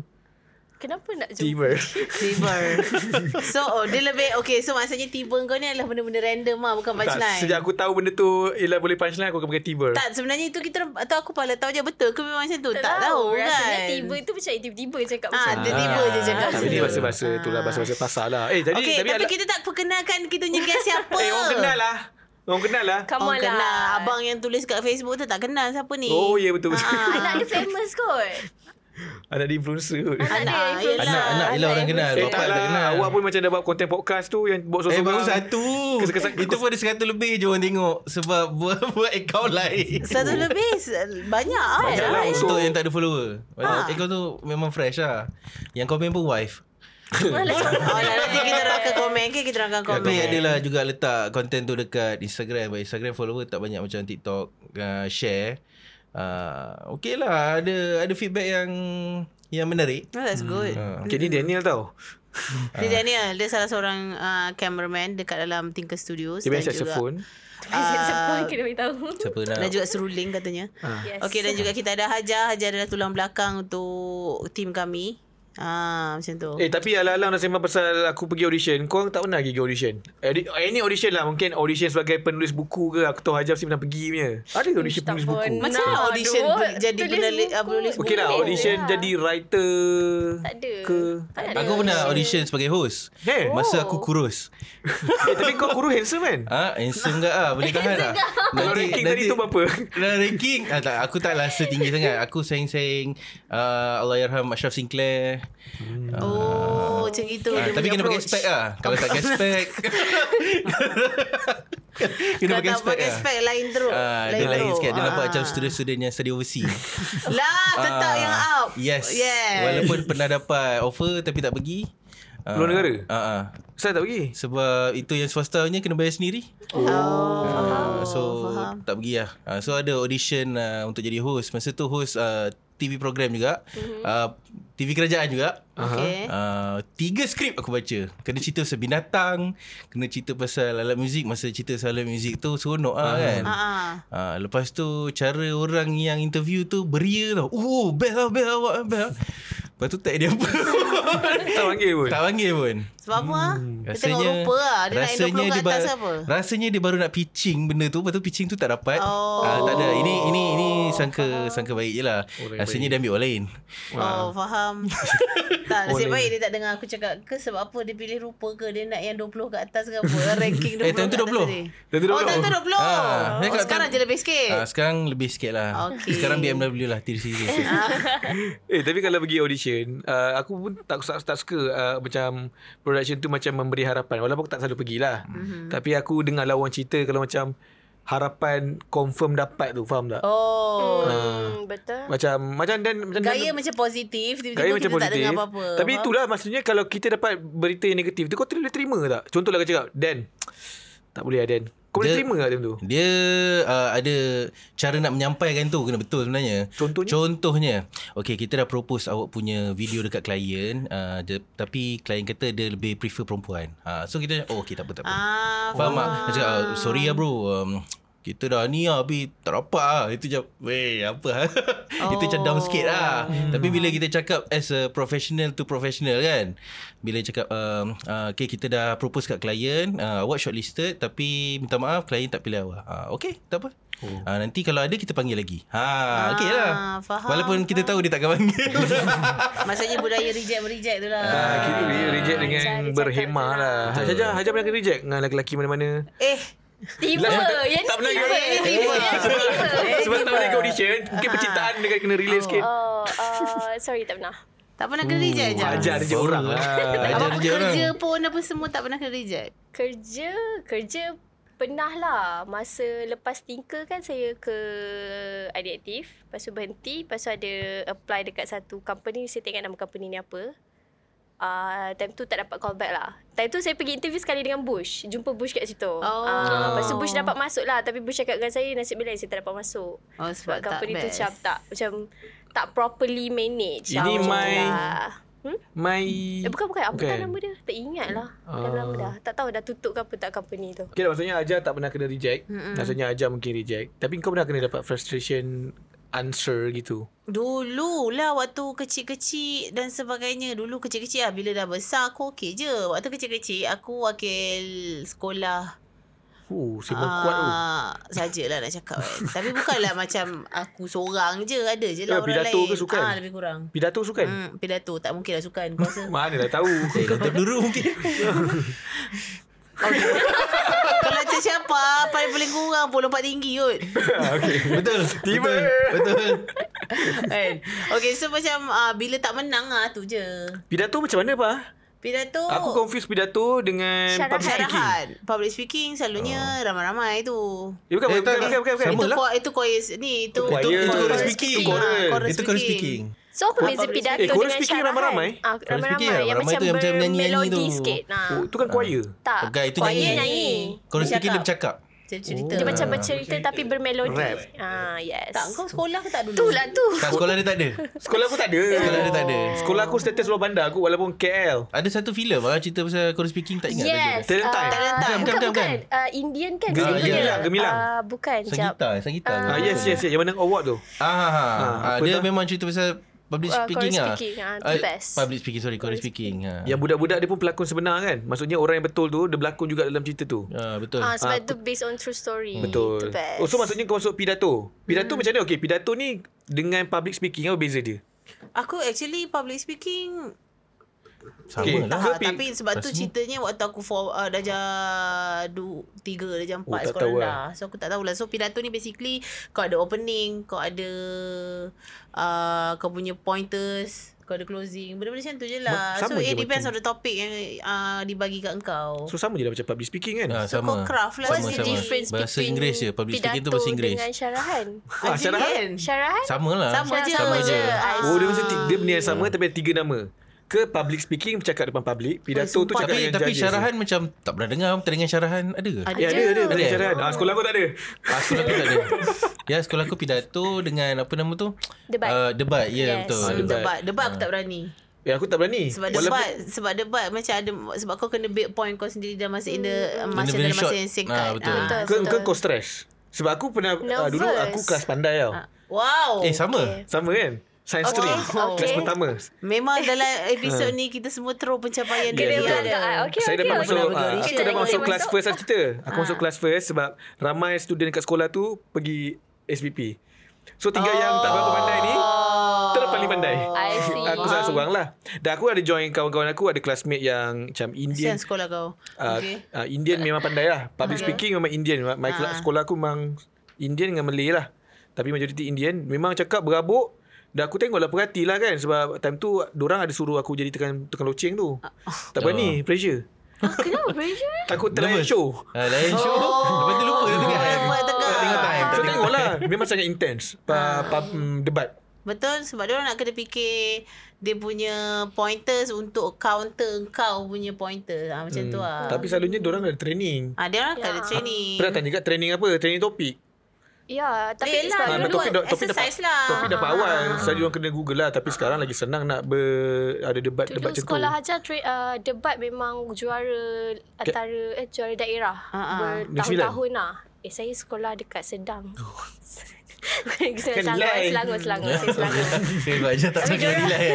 Speaker 3: Kenapa nak
Speaker 2: Timer.
Speaker 3: jumpa?
Speaker 1: Tiba. so, oh, dia lebih... Okay, so maksudnya tiba kau ni adalah benda-benda random lah. Bukan
Speaker 2: tak,
Speaker 1: punchline.
Speaker 2: sejak aku tahu benda tu, ialah boleh punchline, aku akan pakai timer.
Speaker 1: Tak, sebenarnya itu kita... Atau aku pala tahu je betul ke memang macam tu? Tak, tahu kan.
Speaker 3: Rasanya tiba tu macam tiba-tiba cakap
Speaker 1: Ah,
Speaker 3: macam
Speaker 1: dia tiba je cakap.
Speaker 2: Tapi ni bahasa-bahasa tu lah, bahasa-bahasa pasar lah. Eh, jadi...
Speaker 1: Okey, tapi,
Speaker 2: ala-
Speaker 1: kita tak perkenalkan kita punya guest siapa.
Speaker 2: Eh, orang kenal lah. Orang kenal lah.
Speaker 3: Come on
Speaker 1: Orang
Speaker 3: lah.
Speaker 1: kenal. Abang yang tulis kat Facebook tu tak kenal siapa ni.
Speaker 2: Oh, ya yeah, betul-betul.
Speaker 1: Ah.
Speaker 3: Anak dia famous kot.
Speaker 2: Anak dia influencer kot.
Speaker 1: Anak,
Speaker 3: dia lah.
Speaker 1: yelah.
Speaker 3: influencer.
Speaker 4: Anak- anak yelah orang kenal.
Speaker 2: Eh
Speaker 4: Bapak
Speaker 2: tak
Speaker 4: tak kenal.
Speaker 2: lah Awak pun macam dah buat konten podcast tu Yang buat
Speaker 4: Eh
Speaker 2: sorang
Speaker 4: baru satu
Speaker 2: Kesan-kesan-
Speaker 4: Itu pun ada seratus lebih je orang tengok Sebab buat, buat akaun lain
Speaker 1: Satu lebih se- Banyak kan
Speaker 2: Banyak lah.
Speaker 1: Right?
Speaker 4: Untuk yang tak ada follower
Speaker 1: Ah.
Speaker 4: Akaun tu memang fresh lah Yang komen pun wife
Speaker 3: Malas
Speaker 1: Oh, lah, nanti kita orang akan komen ke Kita
Speaker 2: Ya,
Speaker 1: orang akan komen
Speaker 4: Tapi adalah lah juga letak konten tu dekat Instagram But Instagram follower tak banyak macam TikTok uh, Share uh, Okay lah Ada ada feedback yang Yang menarik
Speaker 1: Oh, that's good.
Speaker 4: uh,
Speaker 2: Okay ni Daniel tau
Speaker 1: Dia
Speaker 4: Ah.
Speaker 1: Daniel, dia salah seorang uh, cameraman dekat dalam Tinker Studios
Speaker 2: Dia main
Speaker 1: dan juga
Speaker 2: saxophone
Speaker 1: Ah.
Speaker 3: Sepuluh lah. kena beritahu
Speaker 4: Siapa nak
Speaker 1: dan juga seruling katanya.
Speaker 4: Ah.
Speaker 3: Yes.
Speaker 1: Okey dan juga kita ada Hajar, Hajar adalah tulang belakang untuk tim kami. Ah macam tu.
Speaker 2: Eh tapi alang-alang nak sembang pasal aku pergi audition Korang tak pernah pergi ke audition Eh, Any audition lah Mungkin audition sebagai penulis buku ke Aku tahu Hajar mesti pernah pergi punya Ada ke audition
Speaker 3: tak
Speaker 2: penulis buku?
Speaker 3: pernah.
Speaker 1: Macam
Speaker 3: Nah,
Speaker 1: mana audition
Speaker 3: aduh,
Speaker 1: pen- jadi
Speaker 3: tulis
Speaker 1: penulis
Speaker 3: buku.
Speaker 1: ah, penulis buku.
Speaker 2: Okey lah
Speaker 3: Boleh.
Speaker 2: audition
Speaker 3: Ya.
Speaker 2: jadi writer
Speaker 3: Tak ada
Speaker 2: Ke
Speaker 3: Tak ada
Speaker 4: Aku pernah audition sebagai host
Speaker 2: Eh,
Speaker 4: Masa aku kurus
Speaker 2: eh tapi kau guru handsome kan?
Speaker 4: Ah, ha, handsome ke ah, boleh tahan ah.
Speaker 2: Kalau ranking tadi tu berapa?
Speaker 4: Kalau ranking ah, tak, Aku tak rasa tinggi sangat Aku saing-saing uh, Allahyarham Ashraf Sinclair
Speaker 1: Oh, macam itu.
Speaker 4: Ah,
Speaker 1: dia
Speaker 4: tapi
Speaker 1: punya
Speaker 4: kena pakai
Speaker 1: approach.
Speaker 4: spek lah Kalau tak pakai spek Kena
Speaker 1: Kalau tak
Speaker 4: pakai spek
Speaker 1: pakai
Speaker 4: lah
Speaker 1: spek lain teruk.
Speaker 4: Ah, dia lain
Speaker 1: teruk.
Speaker 4: sikit Dia nampak
Speaker 1: Ah.
Speaker 4: macam student-student yang study overseas
Speaker 1: Lah, tetap
Speaker 4: Ah,
Speaker 1: yang out.
Speaker 4: Yes
Speaker 1: Yes.
Speaker 4: Walaupun pernah dapat offer Tapi tak pergi Ah,
Speaker 2: Luar negara?
Speaker 4: ah, ah.
Speaker 2: Saya tak pergi
Speaker 4: Sebab itu yang swasta punya Kena bayar sendiri
Speaker 1: Oh, faham.
Speaker 4: Ah, so
Speaker 1: faham.
Speaker 4: tak pergi lah. Ah, so ada audition uh, untuk jadi host. Masa tu host uh, TV program juga.
Speaker 1: Mhm.
Speaker 4: Mm-hmm. Uh, TV kerajaan juga.
Speaker 1: Okey.
Speaker 4: Uh, tiga skrip aku baca. Kena cerita pasal binatang, kena cerita pasal alat muzik. Masa cerita pasal alat muzik tu seronok lah kan.
Speaker 1: Ah. ah.
Speaker 4: Ah, lepas tu cara orang yang interview tu beria tau. Oh, best lah, best awak, best lah. Lepas tu tak ada apa.
Speaker 2: Tak panggil pun
Speaker 4: tak panggil pun.
Speaker 1: Sebab apa? ah?
Speaker 4: Hmm.
Speaker 1: Dia tengok rupa ah. Dia nak 20 kat atas
Speaker 4: ba-
Speaker 1: apa?
Speaker 4: Rasanya dia baru nak pitching benda tu, lepas tu pitching tu tak dapat.
Speaker 1: Oh.
Speaker 4: Ah, tak ada. Ini ini ini sangka sangka baik je lah.
Speaker 2: Oh, baik-baik.
Speaker 4: Rasanya dia ambil orang lain.
Speaker 1: Oh
Speaker 2: Ah.
Speaker 1: faham Tak nasib
Speaker 2: Boleh.
Speaker 1: baik dia tak dengar aku cakap ke Sebab apa dia pilih rupa ke Dia nak yang 20 ke atas ke apa Ranking 20
Speaker 4: Eh, time tu
Speaker 1: ke atas
Speaker 4: 20.
Speaker 1: tadi.
Speaker 2: Time tu
Speaker 1: Oh
Speaker 2: 20.
Speaker 1: time tu 20
Speaker 4: Ah, dia
Speaker 1: oh,
Speaker 4: kat
Speaker 1: Sekarang
Speaker 4: time-
Speaker 1: je lebih sikit
Speaker 4: Ah, sekarang lebih sikit lah.
Speaker 1: Okey.
Speaker 4: Sekarang BMW lah tier series.
Speaker 2: Eh tapi kalau pergi audition uh, Aku pun tak, tak, tak suka uh, Macam Production tu macam memberi harapan Walaupun aku tak selalu pergilah
Speaker 1: Mhm.
Speaker 2: mm-hmm. Tapi aku dengar lah orang cerita Kalau macam Harapan confirm dapat tu Faham tak?
Speaker 1: Oh
Speaker 3: Hmm, Betul
Speaker 1: Lah,
Speaker 2: Macam Macam dan macam
Speaker 1: Gaya
Speaker 2: dan,
Speaker 1: macam positif Tiba-tiba
Speaker 2: Gaya
Speaker 1: kita
Speaker 2: macam
Speaker 1: tak
Speaker 2: positif
Speaker 1: dengar apa-apa
Speaker 2: Tapi itulah maksudnya Kalau kita dapat berita yang negatif tu Kau boleh terima tak? Contohlah kau cakap Dan Tak boleh lah Dan Kau boleh
Speaker 4: Dia-
Speaker 2: terima tak macam tu?
Speaker 4: Dia uh, ada cara nak menyampaikan tu kena betul sebenarnya.
Speaker 2: Contohnya?
Speaker 4: Contohnya, okay kita dah propose awak punya video dekat klien uh, dia, tapi klien kata dia lebih prefer perempuan. Uh, so kita oh okay tak apa tak apa.
Speaker 1: Ah,
Speaker 4: Faham tak? Dia cakap, "Ah, sorry lah bro. Um, kita dah ni lah Habis tak dapat lah Itu macam Weh apa lah oh. Itu macam down sikit lah hmm. Tapi bila kita cakap As a professional to professional kan Bila cakap um, uh, Okay kita dah propose kat klien uh, Awak shortlisted Tapi minta maaf Klien tak pilih awak uh, Okay tak apa oh. uh, Nanti kalau ada kita panggil lagi ha, ah, Okay lah
Speaker 1: faham,
Speaker 4: Walaupun kita tahu dia takkan panggil
Speaker 1: Maksudnya budaya reject-reject tu lah
Speaker 2: Ah, kita dia reject dengan
Speaker 3: Hajar dia
Speaker 2: berhemah
Speaker 3: cakap
Speaker 2: lah. Hajar, Hajar pernah kena reject dengan lelaki-lelaki mana-mana.
Speaker 1: Eh
Speaker 3: Tiba Yang
Speaker 2: tak
Speaker 3: ni
Speaker 2: pernah
Speaker 3: tiba
Speaker 1: Eh, tiba. Eh,
Speaker 2: Sebab
Speaker 1: tiba.
Speaker 2: tak boleh ke audition Mungkin percintaan Dia kan kena relate sikit
Speaker 3: Oh uh, Sorry tak pernah
Speaker 1: Tak pernah kena reject je
Speaker 2: Hajar dia je orang lah
Speaker 4: Ajar
Speaker 1: Apa
Speaker 4: dia orang
Speaker 1: kerja pun Apa semua tak pernah kena reject
Speaker 3: Kerja Kerja Pernah lah Masa lepas tinker kan Saya ke Adiaktif Lepas tu berhenti Lepas tu ada Apply dekat satu company Saya tengok nama company ni apa Uh, time tu tak dapat call back lah Time tu saya pergi interview sekali dengan Bush Jumpa Bush kat situ oh. uh, Lepas tu Bush dapat masuk lah Tapi Bush cakap dengan saya Nasib baik saya tak dapat masuk
Speaker 1: Oh sebab,
Speaker 3: Sebab
Speaker 1: tak
Speaker 3: company tu
Speaker 1: best
Speaker 3: macam tak Macam tak properly manage
Speaker 2: Ini my-
Speaker 3: Macam tu lah.
Speaker 2: My
Speaker 3: Eh, bukan bukan. Apa
Speaker 2: Bukan.
Speaker 3: bukan. nama dia? Tak ingat lah. Dah
Speaker 2: Ah.
Speaker 3: lama dah. Tak tahu dah tutup ke apa tak company tu.
Speaker 2: Okay lah maksudnya Hajar tak pernah kena reject
Speaker 3: Hmm.
Speaker 2: Maksudnya Hajar mungkin reject Tapi kau pernah kena dapat frustration Answer gitu
Speaker 1: Dulu lah waktu kecil-kecil dan sebagainya. Dulu kecil-kecil lah. Bila dah besar aku okey je. Waktu kecil-kecil aku wakil sekolah.
Speaker 2: Oh sembang kuat tu
Speaker 1: Ah, Sajalah nak cakap kan. Tapi bukanlah macam aku seorang je. Ada je
Speaker 2: Eh,
Speaker 1: lah orang
Speaker 2: pidato
Speaker 1: lain.
Speaker 2: ke sukan?
Speaker 1: Ah, lebih kurang.
Speaker 2: Pidato kan? sukan
Speaker 1: Hmm, pidato tak mungkin lah sukan. Kau rasa?
Speaker 2: Mana dah tahu
Speaker 4: Eh, Dr. Peluru mungkin
Speaker 1: Okay. Kalau macam siapa Paling paling kurang pun Lompat tinggi kot
Speaker 4: Betul.
Speaker 2: Tiba.
Speaker 4: Betul. betul.
Speaker 1: kan? Okay so macam uh, Bila tak menang lah tu je
Speaker 2: Pidato macam mana pak?
Speaker 1: Pidato
Speaker 2: Aku
Speaker 3: Oh.
Speaker 2: confuse pidato dengan
Speaker 3: Syarahan.
Speaker 2: public speaking. Ah.
Speaker 1: Syarahan Public speaking Selalunya Ramai-ramai tu
Speaker 2: Eh, bukan, bukan,
Speaker 4: Eh, tak,
Speaker 2: bukan, bukan,
Speaker 4: tak.
Speaker 2: bukan, bukan.
Speaker 4: Sama
Speaker 1: Itu
Speaker 4: lah.
Speaker 1: ko- itu kois Ni itu
Speaker 2: Choir. Itu
Speaker 4: chorus
Speaker 2: speaking.
Speaker 1: Ah,
Speaker 2: Choral.
Speaker 4: Itu chorus speaking.
Speaker 3: So apa beza
Speaker 1: Public
Speaker 3: pidato
Speaker 1: speaking.
Speaker 2: Eh, chorus
Speaker 3: dengan
Speaker 2: speaking
Speaker 3: syarahan?
Speaker 2: ramai-ramai?
Speaker 3: Ah,
Speaker 4: Chorus
Speaker 3: ramai-ramai.
Speaker 4: speaking,
Speaker 3: Yang
Speaker 4: ramai
Speaker 3: macam
Speaker 4: tu yang macam nyanyi-nyanyi
Speaker 3: bermelodi
Speaker 4: tu.
Speaker 3: sikit. Nah.
Speaker 2: Oh, itu kan choir.
Speaker 3: Tak.
Speaker 4: Bukan, itu
Speaker 3: Choir
Speaker 4: nyanyi.
Speaker 3: nyanyi.
Speaker 4: Chorus speaking dia
Speaker 1: Cakap.
Speaker 4: bercakap.
Speaker 2: Oh.
Speaker 1: Cerita
Speaker 3: Dia
Speaker 4: Ah,
Speaker 3: macam bercerita tapi bermelodi.
Speaker 2: Rap.
Speaker 3: Ah, yes.
Speaker 1: Tak kau sekolah ke tak dulu
Speaker 3: Itulah tu.
Speaker 4: Kat sekolah dia tak ada.
Speaker 2: Sekolah aku tak ada.
Speaker 4: Sekolah
Speaker 3: Eh.
Speaker 4: dia tak ada.
Speaker 2: Sekolah aku status luar bandar aku walaupun KL.
Speaker 4: Ada satu filem lah cerita pasal chorus speaking tak ingat
Speaker 3: Yes.
Speaker 4: lagi.
Speaker 2: Talent
Speaker 3: ah,
Speaker 2: time.
Speaker 1: Talent time.
Speaker 3: Bukan,
Speaker 4: Bukan,
Speaker 3: bukan.
Speaker 4: bukan.
Speaker 3: Ah, Indian kan?
Speaker 2: Gemilang,
Speaker 3: Dia punya.
Speaker 2: gemilang, gemilang.
Speaker 3: Ah, bukan, jap.
Speaker 4: Sangita, eh, sangita.
Speaker 2: Ah, yes, yes, yes. Yang menang award tu.
Speaker 4: Ah, ha, ha.
Speaker 2: Ah,
Speaker 4: ah,
Speaker 2: apa
Speaker 4: dia
Speaker 2: dah?
Speaker 4: memang cerita pasal public
Speaker 3: Ah,
Speaker 4: speaking
Speaker 3: chorus
Speaker 4: ah.
Speaker 3: speaking, ah, the
Speaker 4: Ah,
Speaker 3: best.
Speaker 4: Public speaking, sorry, chorus speaking. Ha.
Speaker 2: Yang budak-budak dia pun pelakon sebenar kan. Maksudnya orang yang betul tu dia berlakon juga dalam cerita tu.
Speaker 4: Ah, betul.
Speaker 3: Ah, sebab tu based on true story.
Speaker 2: Betul.
Speaker 3: The best.
Speaker 2: Oh, so maksudnya kau masuk pidato. Pidato macam mana? Okey, pidato ni dengan public speaking apa beza dia?
Speaker 1: Aku actually public speaking
Speaker 4: Sama
Speaker 2: okay.
Speaker 4: lah.
Speaker 1: tak,
Speaker 2: Tapi-
Speaker 1: Ah, tapi sebab tu
Speaker 4: Rasmi.
Speaker 1: ceritanya waktu aku for, uh, darjah 2, 3, darjah 4
Speaker 2: Oh,
Speaker 1: oh,
Speaker 2: tak
Speaker 1: sekolah
Speaker 2: tahu
Speaker 1: rendah. So aku tak tahulah. So pidato ni basically kau ada opening, kau ada uh, kau punya pointers, kau ada closing. Benda-benda macam tu je lah.
Speaker 2: Ma- sama
Speaker 1: So
Speaker 2: je
Speaker 1: it depends
Speaker 2: macam-
Speaker 1: on the topic yang uh, dibagi kat engkau.
Speaker 2: So sama je lah macam public speaking
Speaker 4: Ah,
Speaker 2: kan.
Speaker 1: so kau
Speaker 4: sama.
Speaker 1: craft lah.
Speaker 3: What's
Speaker 1: Sama,
Speaker 3: the
Speaker 1: sama.
Speaker 3: difference
Speaker 4: Bahasa
Speaker 3: between
Speaker 4: Inggeris je. Public speaking tu
Speaker 3: pidato
Speaker 4: bahasa Inggeris.
Speaker 3: dengan syarahan?
Speaker 2: Ah, syarahan?
Speaker 1: Kan?
Speaker 3: Syarahan?
Speaker 4: Sama lah.
Speaker 1: Sama je.
Speaker 4: Sama
Speaker 1: Sama
Speaker 4: je.
Speaker 1: je. Ah.
Speaker 2: Oh, dia macam ti- dia benda yang sama tapi ada tiga nama. Ke public speaking bercakap depan public, pidato tu
Speaker 1: sumpah.
Speaker 2: cakap
Speaker 4: Tapi
Speaker 2: dengan
Speaker 4: tapi
Speaker 2: judges.
Speaker 4: syarahan macam tak pernah dengar teringat syarahan ada ke?
Speaker 2: Ya, ada, ada. Ada
Speaker 4: Ada.
Speaker 2: syarahan. Ah, sekolah aku tak ada.
Speaker 4: Ah, sekolah aku tak ada. Ya, sekolah aku pidato dengan apa nama tu?
Speaker 3: Debat.
Speaker 4: Ah, debat. Ya, yeah,
Speaker 3: Yes.
Speaker 4: betul.
Speaker 2: Ah,
Speaker 4: debat.
Speaker 1: Debat, debat aku tak berani.
Speaker 2: Eh, aku tak berani.
Speaker 1: Sebab
Speaker 2: Walaupun-
Speaker 1: debat sebab debat macam ada sebab kau kena build point kau sendiri dalam masa in the masa
Speaker 4: Hmm. very
Speaker 1: dalam masa
Speaker 4: short.
Speaker 1: yang singkat.
Speaker 4: Ah, betul.
Speaker 1: Ah.
Speaker 2: Ke, ke kau stres? Sebab aku pernah uh,
Speaker 3: Nervous.
Speaker 2: dulu aku kelas pandai
Speaker 1: Ah.
Speaker 2: tau.
Speaker 1: Wow.
Speaker 4: Eh, sama.
Speaker 3: Okay.
Speaker 2: Sama kan?
Speaker 3: Oh,
Speaker 2: Sains
Speaker 1: Okay,
Speaker 2: stream.
Speaker 1: okay.
Speaker 2: Kelas pertama.
Speaker 1: Memang dalam episod ni kita semua terus pencapaian
Speaker 2: Kena
Speaker 1: dunia.
Speaker 4: Ah,
Speaker 3: berangkat. Okay,
Speaker 2: saya dapat
Speaker 3: okay,
Speaker 2: masuk
Speaker 1: okay.
Speaker 2: ah,
Speaker 1: Kita
Speaker 2: aku dapat
Speaker 1: tengok
Speaker 2: masuk
Speaker 1: yang
Speaker 2: kelas
Speaker 3: masuk. Ah.
Speaker 2: first lah cerita. Aku masuk kelas first sebab ramai student kat sekolah tu pergi SPP. So tiga yang tak berapa pandai ni
Speaker 1: Oh,
Speaker 2: Terus paling pandai
Speaker 3: Oh. I see.
Speaker 2: Aku salah seorang lah Dan aku ada join kawan-kawan aku Ada classmate yang Macam
Speaker 1: Kesian
Speaker 2: Indian
Speaker 1: sekolah kau.
Speaker 2: uh,
Speaker 1: Okay.
Speaker 2: uh, Indian memang pandai lah Public speaking memang Indian My my
Speaker 1: Ah.
Speaker 2: sekolah aku memang Indian dengan Malay lah Tapi majoriti Indian Memang cakap berabuk dan aku tengok lah perhati lah kan Sebab time tu Diorang ada suruh aku jadi tekan, tekan loceng tu Tak berani Pressure
Speaker 1: Ah,
Speaker 3: Kenapa pressure?
Speaker 2: Takut try
Speaker 4: Ah. Nervous.
Speaker 2: show
Speaker 4: Ah, lain show. Lepas tu lupa dia tengah.
Speaker 1: Lupa tengah.
Speaker 4: Tak tengok time.
Speaker 2: So tengok lah Memang sangat intense
Speaker 1: Ah.
Speaker 2: pa, pa, mm, Debat
Speaker 1: Betul sebab dia orang nak kena fikir dia punya pointers untuk counter kau punya pointers. Ah, macam tu lah.
Speaker 2: Hmm. Tapi selalunya diorang ada training
Speaker 1: Ah, dia orang
Speaker 4: Ya.
Speaker 1: tak ada training.
Speaker 2: Pernah tanya kat training apa Training topik
Speaker 3: Ya, tapi
Speaker 1: Yelah, Ah,
Speaker 3: sebab
Speaker 2: Ha,
Speaker 1: dulu
Speaker 2: topik,
Speaker 1: buat
Speaker 2: dah- topik dapat
Speaker 1: exercise lah.
Speaker 2: Topik dapat
Speaker 1: Ah.
Speaker 2: awal Selalu orang kena google lah Tapi sekarang lagi senang Nak ber, ada debat Debat
Speaker 3: Dulu
Speaker 2: macam tu
Speaker 3: sekolah Hajar tra- uh, debat memang juara antara eh juara daerah
Speaker 1: Ah, ah.
Speaker 3: bertahun-tahun lah. Eh saya sekolah dekat Sedang. Selangor,
Speaker 2: lain.
Speaker 3: Selangor, Selangor, saya Selangor.
Speaker 4: Saya baca tak
Speaker 3: Tapi
Speaker 4: sangat
Speaker 3: diorang-
Speaker 4: nilai.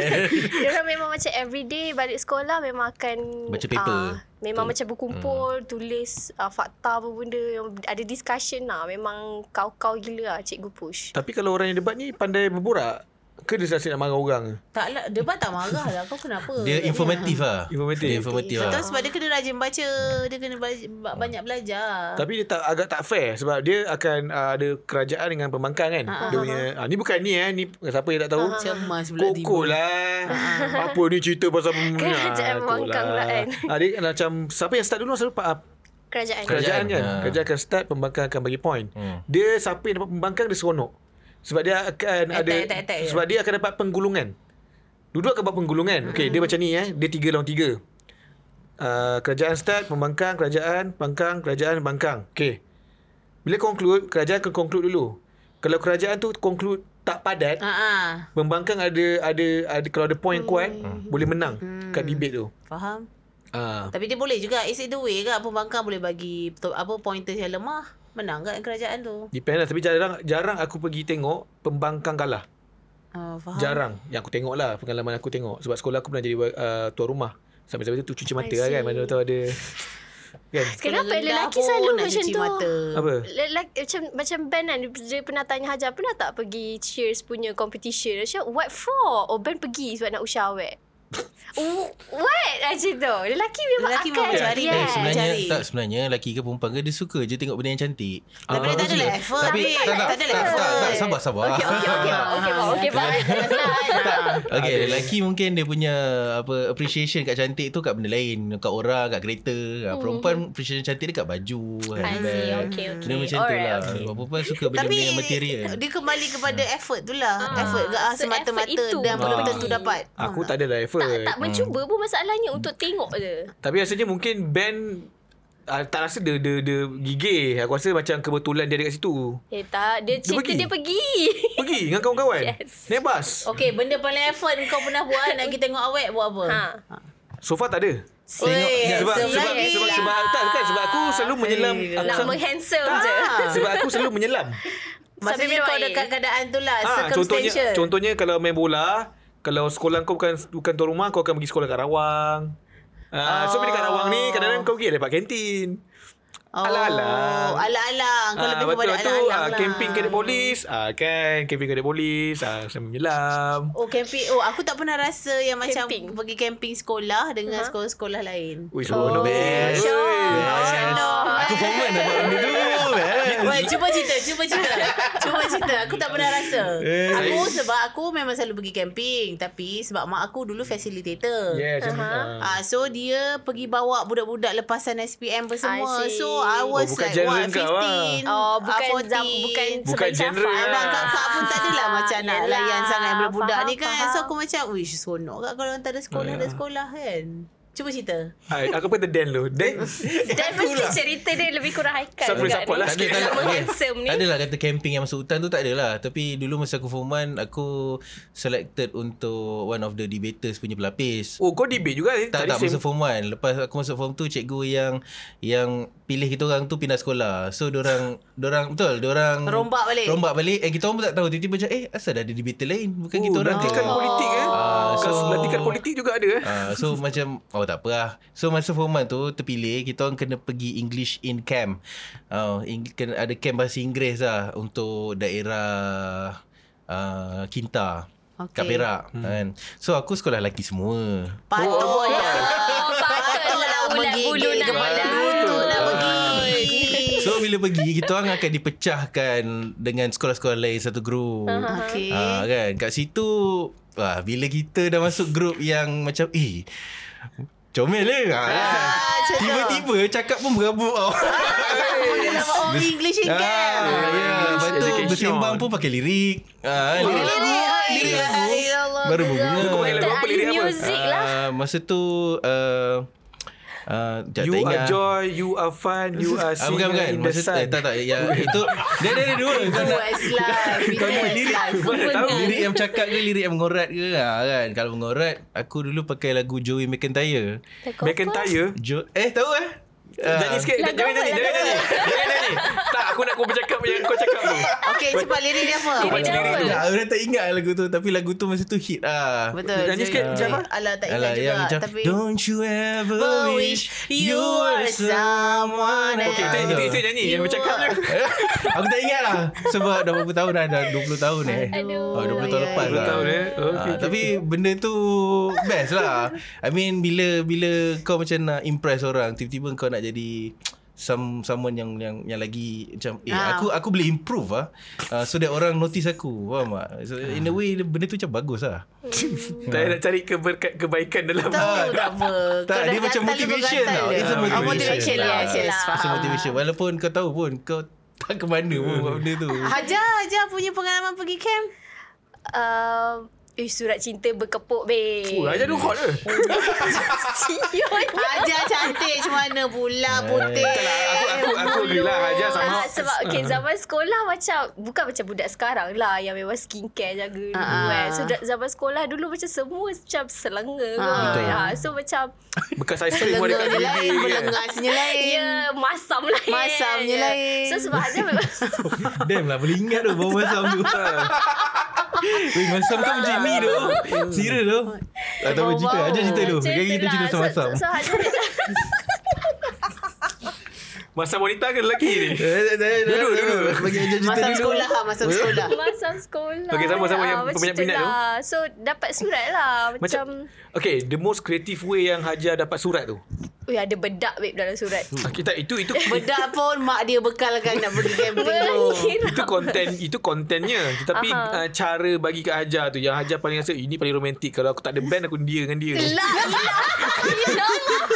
Speaker 3: Diorang memang macam everyday balik sekolah memang akan
Speaker 4: Baca paper.
Speaker 3: ah, memang macam berkumpul tulis uh, fakta apa benda yang ada discussion lah memang kau-kau gila lah cikgu push.
Speaker 2: Tapi kalau orang yang debat ni pandai berborak ke dia rasa nak marah orang?
Speaker 1: Tak lah, debat tak marah lah. Kau kenapa?
Speaker 4: Dia
Speaker 1: Katnya.
Speaker 4: informatif lah.
Speaker 2: Informatif.
Speaker 4: Dia informatif lah.
Speaker 1: Betul sebab dia kena rajin baca, dia kena baj- ba- banyak belajar.
Speaker 2: Tapi dia tak agak tak fair sebab dia akan uh, ada kerajaan dengan pembangkang kan. Dia punya ah, ni bukan ni eh ni siapa yang tak tahu.
Speaker 1: Ah, Cemas pula
Speaker 2: Koko Ah. lah Apa ni cerita pasal
Speaker 3: Kerajaan
Speaker 2: Ah, tu
Speaker 3: pembangkang pula kan.
Speaker 2: ah, Dia macam Siapa yang start dulu Selalu ah,
Speaker 3: Kerajaan.
Speaker 2: kerajaan,
Speaker 4: Kerajaan,
Speaker 2: kan
Speaker 4: ah.
Speaker 2: Kerajaan akan start Pembangkang akan bagi point
Speaker 4: Hmm.
Speaker 2: Dia siapa yang dapat pembangkang Dia seronok Sebab dia akan ada
Speaker 1: attack, attack Hmm. je.
Speaker 2: Sebab dia akan dapat penggulungan Duduk akan buat penggulungan Okay dia macam ni eh Dia tiga lawan tiga uh, Kerajaan start Pembangkang Kerajaan Pembangkang Kerajaan Pembangkang Okay Bila conclude Kerajaan akan conclude dulu Kalau kerajaan tu conclude Tak padat
Speaker 1: Ha ah.
Speaker 2: Membangkang ada ada ada kalau ada point yang kuat
Speaker 1: Hmm.
Speaker 2: eh, boleh menang kat debate tu.
Speaker 1: Faham?
Speaker 2: Ah.
Speaker 1: Tapi dia boleh juga Is it the way ke Pembangkang boleh bagi to- Apa pointers yang lemah Menang kat kerajaan tu
Speaker 2: Depend lah Tapi jarang Jarang aku pergi tengok Pembangkang kalah Ah,
Speaker 1: uh, Faham?
Speaker 2: Jarang Yang aku tengok lah Pengalaman aku tengok Sebab sekolah aku pernah jadi uh, Tuan rumah Sampai-sampai tu cuci mata lah kan Mana tahu ada Kan
Speaker 3: Kenapa
Speaker 1: Kalau rendah
Speaker 3: lelaki
Speaker 1: pun
Speaker 3: selalu
Speaker 1: nak
Speaker 3: macam
Speaker 1: cuci
Speaker 3: tu?
Speaker 1: Mata.
Speaker 2: Apa
Speaker 3: Like, macam macam Ben kan dia pernah tanya Hajar pernah tak pergi Cheers punya competition. Dia cakap what for? Oh Ben pergi sebab nak usah awet. W- What? Ah, Macam tu. Lelaki memang
Speaker 1: Lelaki
Speaker 3: akan. kan.
Speaker 1: memang cari.
Speaker 4: Eh,
Speaker 1: Yes.
Speaker 4: sebenarnya
Speaker 1: Cari.
Speaker 4: tak sebenarnya lelaki ke perempuan ke dia suka je tengok benda yang cantik.
Speaker 1: Tapi dia tak ada
Speaker 4: Bagus je.
Speaker 1: level,
Speaker 4: Tapi
Speaker 1: Amir.
Speaker 4: tak tak
Speaker 1: Tak ada
Speaker 4: tak, tak tak
Speaker 1: level.
Speaker 4: sabar sabar.
Speaker 3: Okey, okey, okey. Mak. Okey, mak. Okey, mak.
Speaker 4: Okay, lelaki mungkin dia punya apa appreciation kat cantik tu kat benda lain, kat orang, kat kereta. Hmm. Perempuan appreciation cantik dia kat baju.
Speaker 3: I see.
Speaker 4: handbag.
Speaker 3: Okey,
Speaker 4: Benda
Speaker 3: okey.
Speaker 4: macam tu
Speaker 3: Alright,
Speaker 4: lah.
Speaker 3: okey.
Speaker 4: Sebab Perempuan suka
Speaker 1: Tapi
Speaker 4: benda-benda yang material.
Speaker 1: dia kembali kepada effort tu lah.
Speaker 3: Ah,
Speaker 1: effort ke ah,
Speaker 3: so effort
Speaker 1: semata-mata
Speaker 3: itu
Speaker 1: dan belum
Speaker 4: lagi.
Speaker 1: tentu dapat.
Speaker 2: Ah. Aku
Speaker 1: Faham
Speaker 2: tak ada lah effort.
Speaker 3: Tak, tak mencuba pun masalahnya untuk tengok je.
Speaker 2: Tapi rasanya mungkin band uh, tak rasa dia, dia, dia gigih. Aku rasa macam kebetulan dia ada kat situ.
Speaker 3: Eh tak, dia cerita
Speaker 2: pergi.
Speaker 3: dia pergi.
Speaker 2: Pergi dengan kawan-kawan.
Speaker 3: Yes. Oh.
Speaker 2: Naik bas.
Speaker 1: Okey, benda paling effort kau pernah buat nak pergi tengok awet buat apa? Ha.
Speaker 3: ha.
Speaker 2: So far tak ada.
Speaker 4: Tengok je.
Speaker 2: ya, Sebab
Speaker 1: Sebab-
Speaker 2: sebab sebab,
Speaker 1: Lagi
Speaker 2: sebab tak kan sebab aku selalu menyelam
Speaker 1: Eh,
Speaker 2: aku
Speaker 3: Nak
Speaker 2: selalu,
Speaker 3: menghandsome
Speaker 2: tak,
Speaker 3: je.
Speaker 2: sebab aku selalu menyelam.
Speaker 3: Sambil
Speaker 1: Maksudnya
Speaker 3: minum
Speaker 1: kau
Speaker 3: air.
Speaker 1: dekat keadaan tu lah.
Speaker 2: Ah, contohnya
Speaker 1: circumstantial.
Speaker 2: contohnya kalau main bola, kalau sekolah kau bukan bukan tuan rumah, kau akan pergi sekolah kat Rawang. Ah, oh. so bila kat Rawang ni kadang-kadang kau pergi lepak kantin.
Speaker 1: Oh,
Speaker 2: Alang-alang.
Speaker 1: Alang-alang. Kau lebih kepada
Speaker 2: lepas tu
Speaker 1: alang-alang
Speaker 2: ah,
Speaker 1: lah.
Speaker 2: camping kedek polis, ah kan camping kedek polis, ah sambil menyelam.
Speaker 1: Oh camping Oh aku tak pernah rasa Yang macam
Speaker 3: Camping.
Speaker 1: Pergi camping sekolah Dengan uh-huh. sekolah-sekolah lain
Speaker 2: Wih, oh, best.
Speaker 3: Syok.
Speaker 2: Best.
Speaker 4: Aku formal nak buat benda tu. kan? man.
Speaker 1: Wait, cuba cerita, cuba cerita. cuba cerita. Aku tak pernah rasa. Aku sebab aku memang selalu pergi camping, tapi sebab mak aku dulu facilitator.
Speaker 2: Yes. Uh-huh.
Speaker 1: Ah, so dia pergi bawa budak-budak lepasan SPM apa semua.
Speaker 3: I see.
Speaker 1: So I was
Speaker 2: bukan
Speaker 1: like
Speaker 2: genre
Speaker 1: what 15,
Speaker 2: kau lah.
Speaker 3: Oh, bukan
Speaker 1: ah, 14.
Speaker 3: zam, bukan
Speaker 2: Bukan genre lah.
Speaker 1: Abang kakak pun tak adalah macam nak
Speaker 3: Yelah.
Speaker 1: layan sangat budak-budak
Speaker 3: Faham,
Speaker 1: ni kan.
Speaker 3: faham.
Speaker 1: So aku macam, wish seronok kat kalau hantar dia sekolah,
Speaker 2: Ah, ya.
Speaker 1: ada sekolah kan. Cuba cerita.
Speaker 2: aku pun terdan dulu. Dan
Speaker 3: Dan mesti cerita dia lebih kurang Haikal.
Speaker 2: Saya boleh
Speaker 3: juga
Speaker 2: support
Speaker 3: ni.
Speaker 2: lah
Speaker 4: Tak ada,
Speaker 2: sikit.
Speaker 4: tak ada.
Speaker 3: Nama
Speaker 4: Okay.
Speaker 3: handsome ni. Oh,
Speaker 4: Tak adalah kata camping yang masuk hutan tu tak adalah. Tapi dulu masa aku forman, aku selected untuk one of the debaters punya pelapis.
Speaker 2: Oh kau debate juga ni.
Speaker 4: Tak
Speaker 2: Tadi
Speaker 4: tak masa form 1 Lepas aku masuk form 2 Cikgu yang Yang pilih kita orang tu Pindah sekolah So dorang dorang Betul dorang
Speaker 1: Rombak balik.
Speaker 4: Hmm. Rombak balik Eh kita orang pun tak tahu Tiba-tiba macam Eh asal dah ada debater lain Bukan kita orang
Speaker 2: latihan
Speaker 4: ke
Speaker 2: politik eh.
Speaker 4: Ah,
Speaker 2: Kau
Speaker 4: so-
Speaker 2: latihan politik juga ada eh.
Speaker 4: Ah, so macam Oh tak apa lah So masa form 1 tu Terpilih Kita orang kena pergi English in camp uh, in, kena, Ada camp bahasa Inggeris lah Untuk daerah uh, Kinta okay. Kat
Speaker 1: Okey.
Speaker 4: Perak hmm. kan. So aku sekolah lelaki semua
Speaker 1: Patutlah.
Speaker 3: Oh,
Speaker 1: Patutlah
Speaker 3: patutlah
Speaker 1: menggigil
Speaker 3: bulat-bulat.
Speaker 1: kepala
Speaker 3: Betul.
Speaker 1: lututlah
Speaker 4: Ah.
Speaker 1: pergi.
Speaker 4: So bila pergi Kita orang akan dipecahkan Dengan sekolah-sekolah lain Satu grup uh-huh.
Speaker 1: Okay.
Speaker 4: ah, kan? Kat situ ah, Bila kita dah masuk grup Yang macam Eh Comel eh ah, kan?
Speaker 1: Ah, macam tu. Ah,
Speaker 4: Tiba-tiba Cakap pun berabuk tau
Speaker 1: Oh, English in camp.
Speaker 4: Ah, ya. Lepas tu
Speaker 2: Education.
Speaker 4: Bersembang pun pakai lirik ah,
Speaker 1: Oh,
Speaker 4: lirik-
Speaker 1: lirik.
Speaker 4: Lirik
Speaker 1: Ya
Speaker 4: aku
Speaker 1: Allah. ya.
Speaker 4: Baru bunga
Speaker 2: Kau panggil lagu apa
Speaker 3: Tak
Speaker 2: lirik
Speaker 3: ada
Speaker 2: apa?
Speaker 3: music lah.
Speaker 4: Ah, Masa tu uh, uh,
Speaker 2: You are joy, you are fun, you are
Speaker 4: Ah,
Speaker 2: singing
Speaker 4: bukan bukan
Speaker 2: in the
Speaker 4: Maksud, eh,
Speaker 2: sun.
Speaker 4: tak tak ya, Itu Dia ada ada dua Kau nak-
Speaker 1: Towards life. Towards life.
Speaker 2: Kau nak tahu
Speaker 4: Lirik yang cakap ke Lirik yang mengorat ke ha, kan? Kalau mengorat Aku dulu pakai lagu Joey McIntyre
Speaker 2: McIntyre.
Speaker 4: jo- Eh tahu eh Ah,
Speaker 2: Jadi sikit,
Speaker 3: Lagu
Speaker 2: jangan
Speaker 3: apa,
Speaker 2: nyanyi, jangan
Speaker 3: lagu
Speaker 2: nyanyi. Jangan nyanyi. Tak, aku nak kau bercakap yang kau cakap
Speaker 4: Ah,
Speaker 2: tu.
Speaker 1: Okay, cepat lirik dia apa?
Speaker 3: Lirik dia apa?
Speaker 4: Tak, Aku dah Ah, tak ingat lagu tu Tapi lagu tu masa tu hit lah
Speaker 1: Betul.
Speaker 2: Nyanyi sikit,
Speaker 1: Jadi-
Speaker 2: macam apa?
Speaker 1: Alah, tak
Speaker 4: Alah,
Speaker 1: ingat
Speaker 4: yang
Speaker 1: juga.
Speaker 4: macam,
Speaker 1: Tapi...
Speaker 4: Don't you ever wish You were someone
Speaker 1: else."
Speaker 2: Okay, itu, itu, itu nyanyi. Yang
Speaker 1: You
Speaker 2: bercakap
Speaker 1: are-
Speaker 2: tu.
Speaker 4: Eh, Aku tak ingat lah Sebab dah berapa tahun dah Dah 20 tahun eh
Speaker 3: Aduh.
Speaker 4: Oh, 20 tahun
Speaker 1: Ya,
Speaker 4: lepas
Speaker 1: ya,
Speaker 4: lah.
Speaker 2: 20 tahun, eh.
Speaker 4: Ah,
Speaker 2: Okay, okay,
Speaker 4: Tapi benda tu best lah. I mean bila bila kau macam nak impress orang, tiba-tiba kau nak jadi some someone yang yang yang lagi macam eh
Speaker 1: Ah.
Speaker 4: aku aku boleh improve ah uh, so that orang notice aku faham tak so in a
Speaker 1: Ah.
Speaker 4: way benda tu macam bagus lah
Speaker 2: Tak payah nak cari keberkat, kebaikan dalam
Speaker 1: Tahu tak apa.
Speaker 4: Ah. Tak,
Speaker 1: lah. Kau
Speaker 4: dia
Speaker 1: dah
Speaker 4: macam
Speaker 1: gatal, dia
Speaker 4: motivation
Speaker 1: bergatal
Speaker 4: tau.
Speaker 1: dia.
Speaker 4: It's a
Speaker 1: Oh,
Speaker 4: motivation.
Speaker 1: motivation, lah.
Speaker 4: Ah,
Speaker 1: yes, yes.
Speaker 3: it's a
Speaker 4: so
Speaker 1: faham. Hmm.
Speaker 4: motivation walaupun kau tahu pun kau tak ke mana pun buat benda tu
Speaker 1: Hajar, Hajar punya pengalaman pergi camp?
Speaker 3: Um, Eh, surat cinta berkepuk, babe.
Speaker 2: Oh, Raja tu hot ke?
Speaker 3: Siun.
Speaker 1: Hajar cantik macam mana pula
Speaker 4: Eh,
Speaker 1: putih.
Speaker 4: lah.
Speaker 2: lah. Aku, aku, aku agree lah Raja sama
Speaker 3: Ah, sebab okay, zaman sekolah macam bukan macam budak sekarang lah yang memang skincare jaga dulu
Speaker 1: Ah.
Speaker 3: kan. So da- zaman sekolah dulu macam semua macam selenge.
Speaker 1: Ah.
Speaker 3: kan. Ah, so macam
Speaker 2: bekas ais krim ada kat
Speaker 1: Lengan lain,
Speaker 2: bibir dia.
Speaker 1: berlengasnya lain.
Speaker 3: ya masam lain.
Speaker 1: Masamnya lain.
Speaker 3: So sebab Hajar memang
Speaker 4: Damn lah boleh ingat tu Bau masam tu Weh masam kau macam ni tu Serius tu Tak
Speaker 1: Bau-bau.
Speaker 4: tahu cerita Ajar cerita lah. tu
Speaker 3: Macam
Speaker 4: Kali
Speaker 3: tu
Speaker 4: kita
Speaker 3: lah.
Speaker 4: cerita pasal masam
Speaker 3: So, so Hajar
Speaker 2: Masa wanita ke lelaki ni?
Speaker 4: Eh, Dulu
Speaker 2: dulu.
Speaker 4: eh, Bagi ajar cerita
Speaker 1: Masa
Speaker 4: dulu.
Speaker 1: sekolah lah, masa sekolah.
Speaker 3: Masa sekolah
Speaker 2: Okey, sama-sama yang
Speaker 3: macam
Speaker 2: peminat-
Speaker 3: tu
Speaker 2: peminat tu.
Speaker 3: lah. So dapat surat lah Macam,
Speaker 2: Macam Okay The most creative way Yang Hajar dapat surat tu
Speaker 4: Hmm.
Speaker 3: macam Ui ada bedak babe dalam surat
Speaker 2: Ah, Kita itu Itu
Speaker 1: Bedak pun mak dia bekalkan nak pergi camping tu.
Speaker 3: Mengira
Speaker 2: itu konten itu kontennya tetapi
Speaker 3: Aha.
Speaker 2: uh, cara bagi kat Hajar tu yang Hajar paling rasa "Eh, ini paling romantik kalau aku tak ada band aku dia dengan dia
Speaker 3: Lah Yelah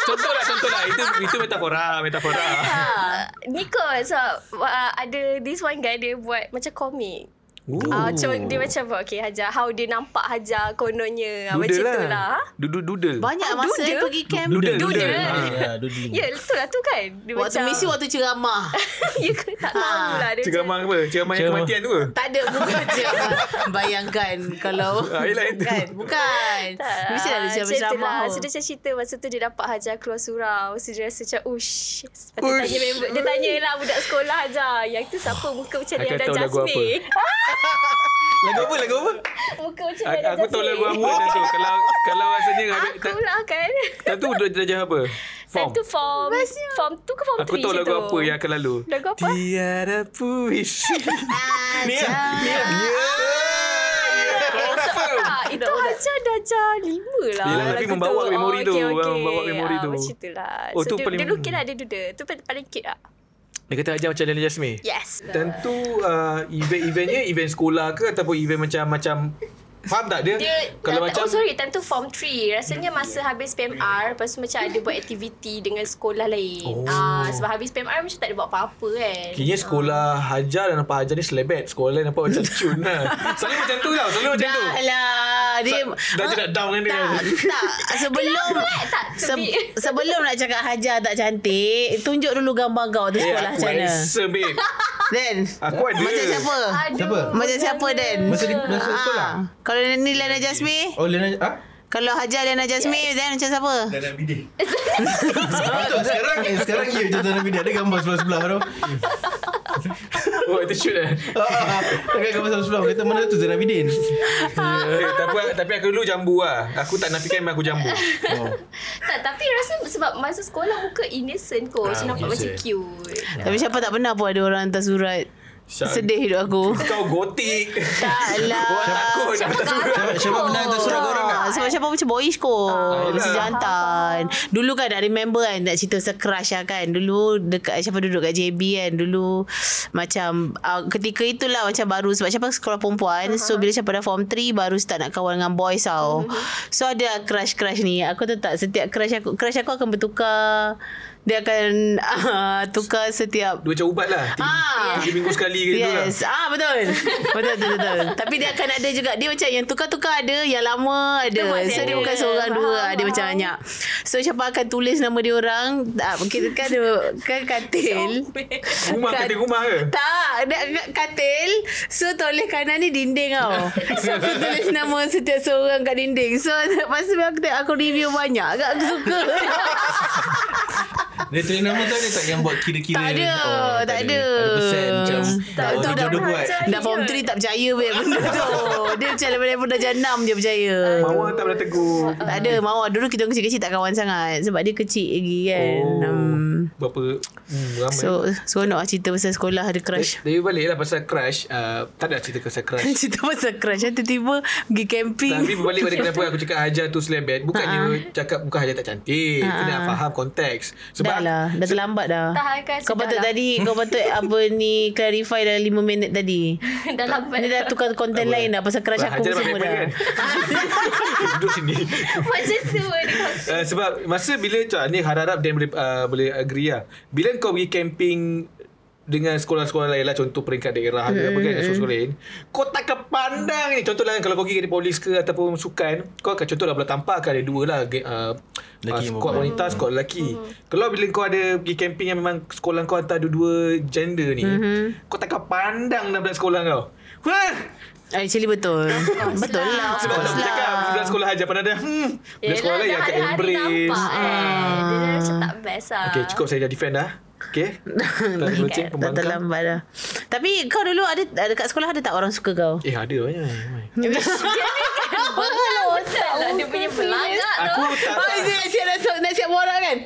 Speaker 2: contoh lah contoh lah itu itu metafora metafora
Speaker 3: Ah, Nikon so, uh, Ada this one guy Dia buat macam komik
Speaker 2: Ooh.
Speaker 3: uh, Macam dia macam buat, Okay Hajar How dia nampak Hajar Kononnya ah, Macam
Speaker 2: doodle
Speaker 3: tu lah
Speaker 2: lah doodle doodle
Speaker 1: Banyak
Speaker 3: Ah,
Speaker 1: masa
Speaker 3: doodle.
Speaker 1: dia pergi camp.
Speaker 2: doodle
Speaker 3: Doodle.
Speaker 2: doodle Ha.
Speaker 4: Ya, dulu.
Speaker 3: Ya betul lah tu kan dia
Speaker 1: Waktu
Speaker 3: macam,
Speaker 1: misi waktu ceramah.
Speaker 3: Ya ke tak tahu
Speaker 1: Ah.
Speaker 3: lah dia
Speaker 2: ceramah apa ceramah yang
Speaker 4: Ceramah.
Speaker 2: kematian tu ke
Speaker 1: Tak ada bukan ceramah. Bayangkan kalau
Speaker 2: Ah, yelah itu.
Speaker 1: bukan, bukan.
Speaker 3: Tak,
Speaker 1: Mesti ada
Speaker 3: macam tu
Speaker 1: ceramah.
Speaker 3: lah.
Speaker 1: tu.
Speaker 3: So dia macam cerita Masa tu dia dapat Hajar keluar surau So dia rasa macam Ush Lepas tu
Speaker 4: Ush.
Speaker 3: tanya member Dia tanya lah budak sekolah Hajar Yang tu siapa muka macam
Speaker 2: Aku
Speaker 3: dia ada
Speaker 2: tahu lagu
Speaker 3: Jasmine
Speaker 2: apa. lagu apa lagu apa
Speaker 3: Muka macam dia
Speaker 2: A-
Speaker 3: ada
Speaker 2: aku tahu lagu apa
Speaker 3: Jasmine
Speaker 2: dah tu kalau kalau rasanya tak
Speaker 3: Akulah kan
Speaker 2: tak tu dah dah apa form
Speaker 3: Form tu form Form tu ke form
Speaker 2: aku
Speaker 3: 3
Speaker 2: tahu lagu apa yang akan lalu
Speaker 3: Lagu apa?
Speaker 2: tiada puisi
Speaker 1: Ni Ah.
Speaker 2: confirm
Speaker 3: Ah, itu Hajar dah jam lima lah
Speaker 2: Yelah, tapi
Speaker 3: lagu
Speaker 2: membawa
Speaker 3: tu. Oh,
Speaker 2: memori tu.
Speaker 3: okey, okey.
Speaker 2: Membawa memori
Speaker 3: Ah,
Speaker 2: tu.
Speaker 3: Macam tu lah
Speaker 2: Oh,
Speaker 3: oh,
Speaker 2: tu
Speaker 3: So dia,
Speaker 2: paling-
Speaker 3: dia lukis lah dia duda Tu paling, paling cute lah
Speaker 2: dia kata ajar macam Lena Jasmine
Speaker 1: Ya.
Speaker 3: Yes
Speaker 2: Tentu uh, event-eventnya event sekolah ke ataupun event macam macam faham tak dia,
Speaker 3: dia
Speaker 2: kalau
Speaker 3: oh,
Speaker 2: macam
Speaker 3: oh sorry time tu form 3 rasanya
Speaker 2: Hmm.
Speaker 3: masa habis PMR lepas tu macam ada buat aktiviti dengan sekolah
Speaker 2: Oh.
Speaker 3: lain oh. ah sebab habis PMR macam tak ada buat apa-apa kan
Speaker 2: Kini sekolah Hajar dan nampak Hajar ni selebet Sekolah lain nampak macam cun lah Selalu macam tu tau Selalu macam tu
Speaker 1: Dah lah. Dia,
Speaker 2: Dah dia nak down kan dia
Speaker 1: tak, tak. Sebelum
Speaker 3: Eh, tak
Speaker 1: se,
Speaker 3: tapi
Speaker 1: sebelum nak cakap Hajar tak cantik, tunjuk dulu gambar kau tu
Speaker 2: Eh
Speaker 1: sekolah
Speaker 2: aku
Speaker 1: macam mana.
Speaker 2: handsome babe
Speaker 1: Dan
Speaker 2: Aku ada
Speaker 1: macam Ah, siapa?
Speaker 3: aduh
Speaker 4: Siapa?
Speaker 1: Macam siapa Dan?
Speaker 4: Masa di masa sekolah.
Speaker 1: Ah, kalau ni Lana Jasmine,
Speaker 4: Oh, Lena ah?
Speaker 1: kalau Hajar Lana Jasmine, Dan macam siapa?
Speaker 4: Dalam bidik. Betul sekarang eh, sekarang ya macam dalam bidik ada gambar sebelah-sebelah tu.
Speaker 2: Oh itu shoot eh
Speaker 4: Ah, ah, Tengah gambar sebelah-sebelah kata mana tu Zainal Bidin.
Speaker 2: Eh, tapi, tapi aku dulu jambu lah Aku tak nafikan memang aku jambu
Speaker 4: Oh.
Speaker 3: tak tapi rasa sebab masa sekolah muka innocent kot so
Speaker 2: Ah,
Speaker 3: nampak macam
Speaker 2: innocent.
Speaker 3: cute
Speaker 1: Tapi siapa tak pernah pun ada orang hantar surat.
Speaker 2: Syak-
Speaker 1: Sedih hidup aku.
Speaker 2: Kau gotik
Speaker 1: Tak lah.
Speaker 2: Orang takut nak hantar surat.
Speaker 4: Siapa siapa pernah hantar surat kau orang tak?
Speaker 1: Ah, Sebab siapa macam boyish kot
Speaker 2: Ah,
Speaker 1: Mesti
Speaker 2: yelah.
Speaker 1: jantan Dulu kan I remember kan Nak cerita se-crush lah kan Dulu dekat Siapa duduk kat JB kan Dulu Macam uh, Ketika itulah Macam baru Sebab siapa sekolah perempuan uh-huh. So bila siapa dah form 3 Baru start nak kawan dengan boys tau uh-huh. So ada crush-crush ni Aku tahu tak Setiap crush aku Crush aku akan bertukar Dia akan uh, Tukar setiap
Speaker 2: Dua macam ubat lah Tiga,
Speaker 1: Ah.
Speaker 2: tiga minggu sekali ke gitu lah
Speaker 1: Yes. Ah betul. betul betul betul. Tapi dia akan ada juga dia macam yang tukar-tukar ada, yang lama ada.
Speaker 3: Itu masih
Speaker 1: So dia
Speaker 3: ada.
Speaker 1: bukan seorang
Speaker 3: Faham,
Speaker 1: dua, ada macam
Speaker 3: faham.
Speaker 1: banyak. So siapa akan tulis nama dia orang? Ah kita kan ada kan katil.
Speaker 2: Rumah
Speaker 1: Kat-
Speaker 2: kata rumah ke
Speaker 1: Tak, ada kat- katil. So toleh kanan ni dinding tau. So aku tulis nama setiap seorang kat dinding. So lepas tu aku tengok aku review banyak agak aku suka.
Speaker 4: Dia tulis nama tu ada tak yang buat kira-kira?
Speaker 1: tak ada,
Speaker 4: Oh,
Speaker 1: tak ada.
Speaker 4: Ada persen macam
Speaker 1: tak,
Speaker 4: tak,
Speaker 1: tu
Speaker 4: oh,
Speaker 1: dah,
Speaker 4: jodoh buat.
Speaker 3: percaya.
Speaker 1: dah form 3 tak percaya babe benda tu. Dia macam daripada darjah 6 je percaya.
Speaker 2: Mawar tak pernah tegur
Speaker 1: Tak ada Mawar dulu kita orang kecil-kecil tak kawan sangat Sebab dia kecil lagi kan
Speaker 2: Oh.
Speaker 1: oh. um,
Speaker 2: Berapa hmm, Ramai so,
Speaker 1: So seronok lah cerita pasal sekolah ada crush
Speaker 2: Tapi balik lah pasal crush uh, Tak ada cerita pasal crush
Speaker 1: Cerita pasal crush kan tiba-tiba pergi camping
Speaker 2: Tapi berbalik pada kenapa aku cakap Hajar tu selebet Bukannya
Speaker 1: Ah.
Speaker 2: cakap muka Hajar tak cantik Kena faham konteks
Speaker 1: Dah
Speaker 2: Sebab
Speaker 1: lah Dah terlambat dah
Speaker 3: Tak, kan,
Speaker 1: Kau
Speaker 3: sedap
Speaker 1: patut
Speaker 3: lah.
Speaker 1: tadi Kau patut apa ni Clarify dah 5 minit tadi
Speaker 3: dalam
Speaker 1: Ni dah tukar konten lain dah Pasal crush aku
Speaker 2: Hajar dapat
Speaker 1: semua
Speaker 2: paper
Speaker 1: dah
Speaker 2: kan Duduk sini
Speaker 3: macam tu dia
Speaker 2: Uh, sebab masa bila cak ni harap-harap dia boleh uh, boleh agree lah. Bila kau pergi camping dengan sekolah-sekolah lain lah contoh peringkat daerah ke apa kan sekolah-sekolah lain kau takkan pandang ni contoh lah kalau kau pergi ke polis ke ataupun sukan kau akan contoh lah bola tampar akan ada dua lah ge- uh, uh,
Speaker 4: Lelaki dan
Speaker 2: squad
Speaker 4: perempuan.
Speaker 2: wanita squad lelaki kalau bila kau ada pergi camping yang memang sekolah kau hantar dua-dua gender ni
Speaker 3: Mm-hmm.
Speaker 2: kau takkan pandang dah budak sekolah kau Wah!
Speaker 1: Ah, Actually betul Betul lah
Speaker 3: Ah,
Speaker 1: Of
Speaker 2: Sebab
Speaker 1: course
Speaker 2: tak
Speaker 1: lah
Speaker 2: cakap budak sekolah hajar pandang dia hmm budak sekolah lain yang akan
Speaker 3: hari-hari
Speaker 2: embrace Ah.
Speaker 3: nampak eh.
Speaker 1: Ah.
Speaker 3: Dia dah macam tak best lah
Speaker 2: Okay, cukup saya dah defend dah. Okay. Tak ada kucing,
Speaker 1: Tak
Speaker 2: pembangkang.
Speaker 1: terlambat dah Tapi kau dulu ada Dekat sekolah ada tak orang suka kau
Speaker 2: Eh, ada banyak.
Speaker 3: Kalau tak lah Dia punya belagak
Speaker 2: Aku tak...
Speaker 1: Oh,
Speaker 2: tak
Speaker 1: Ah, nak siap nak siap borak kan?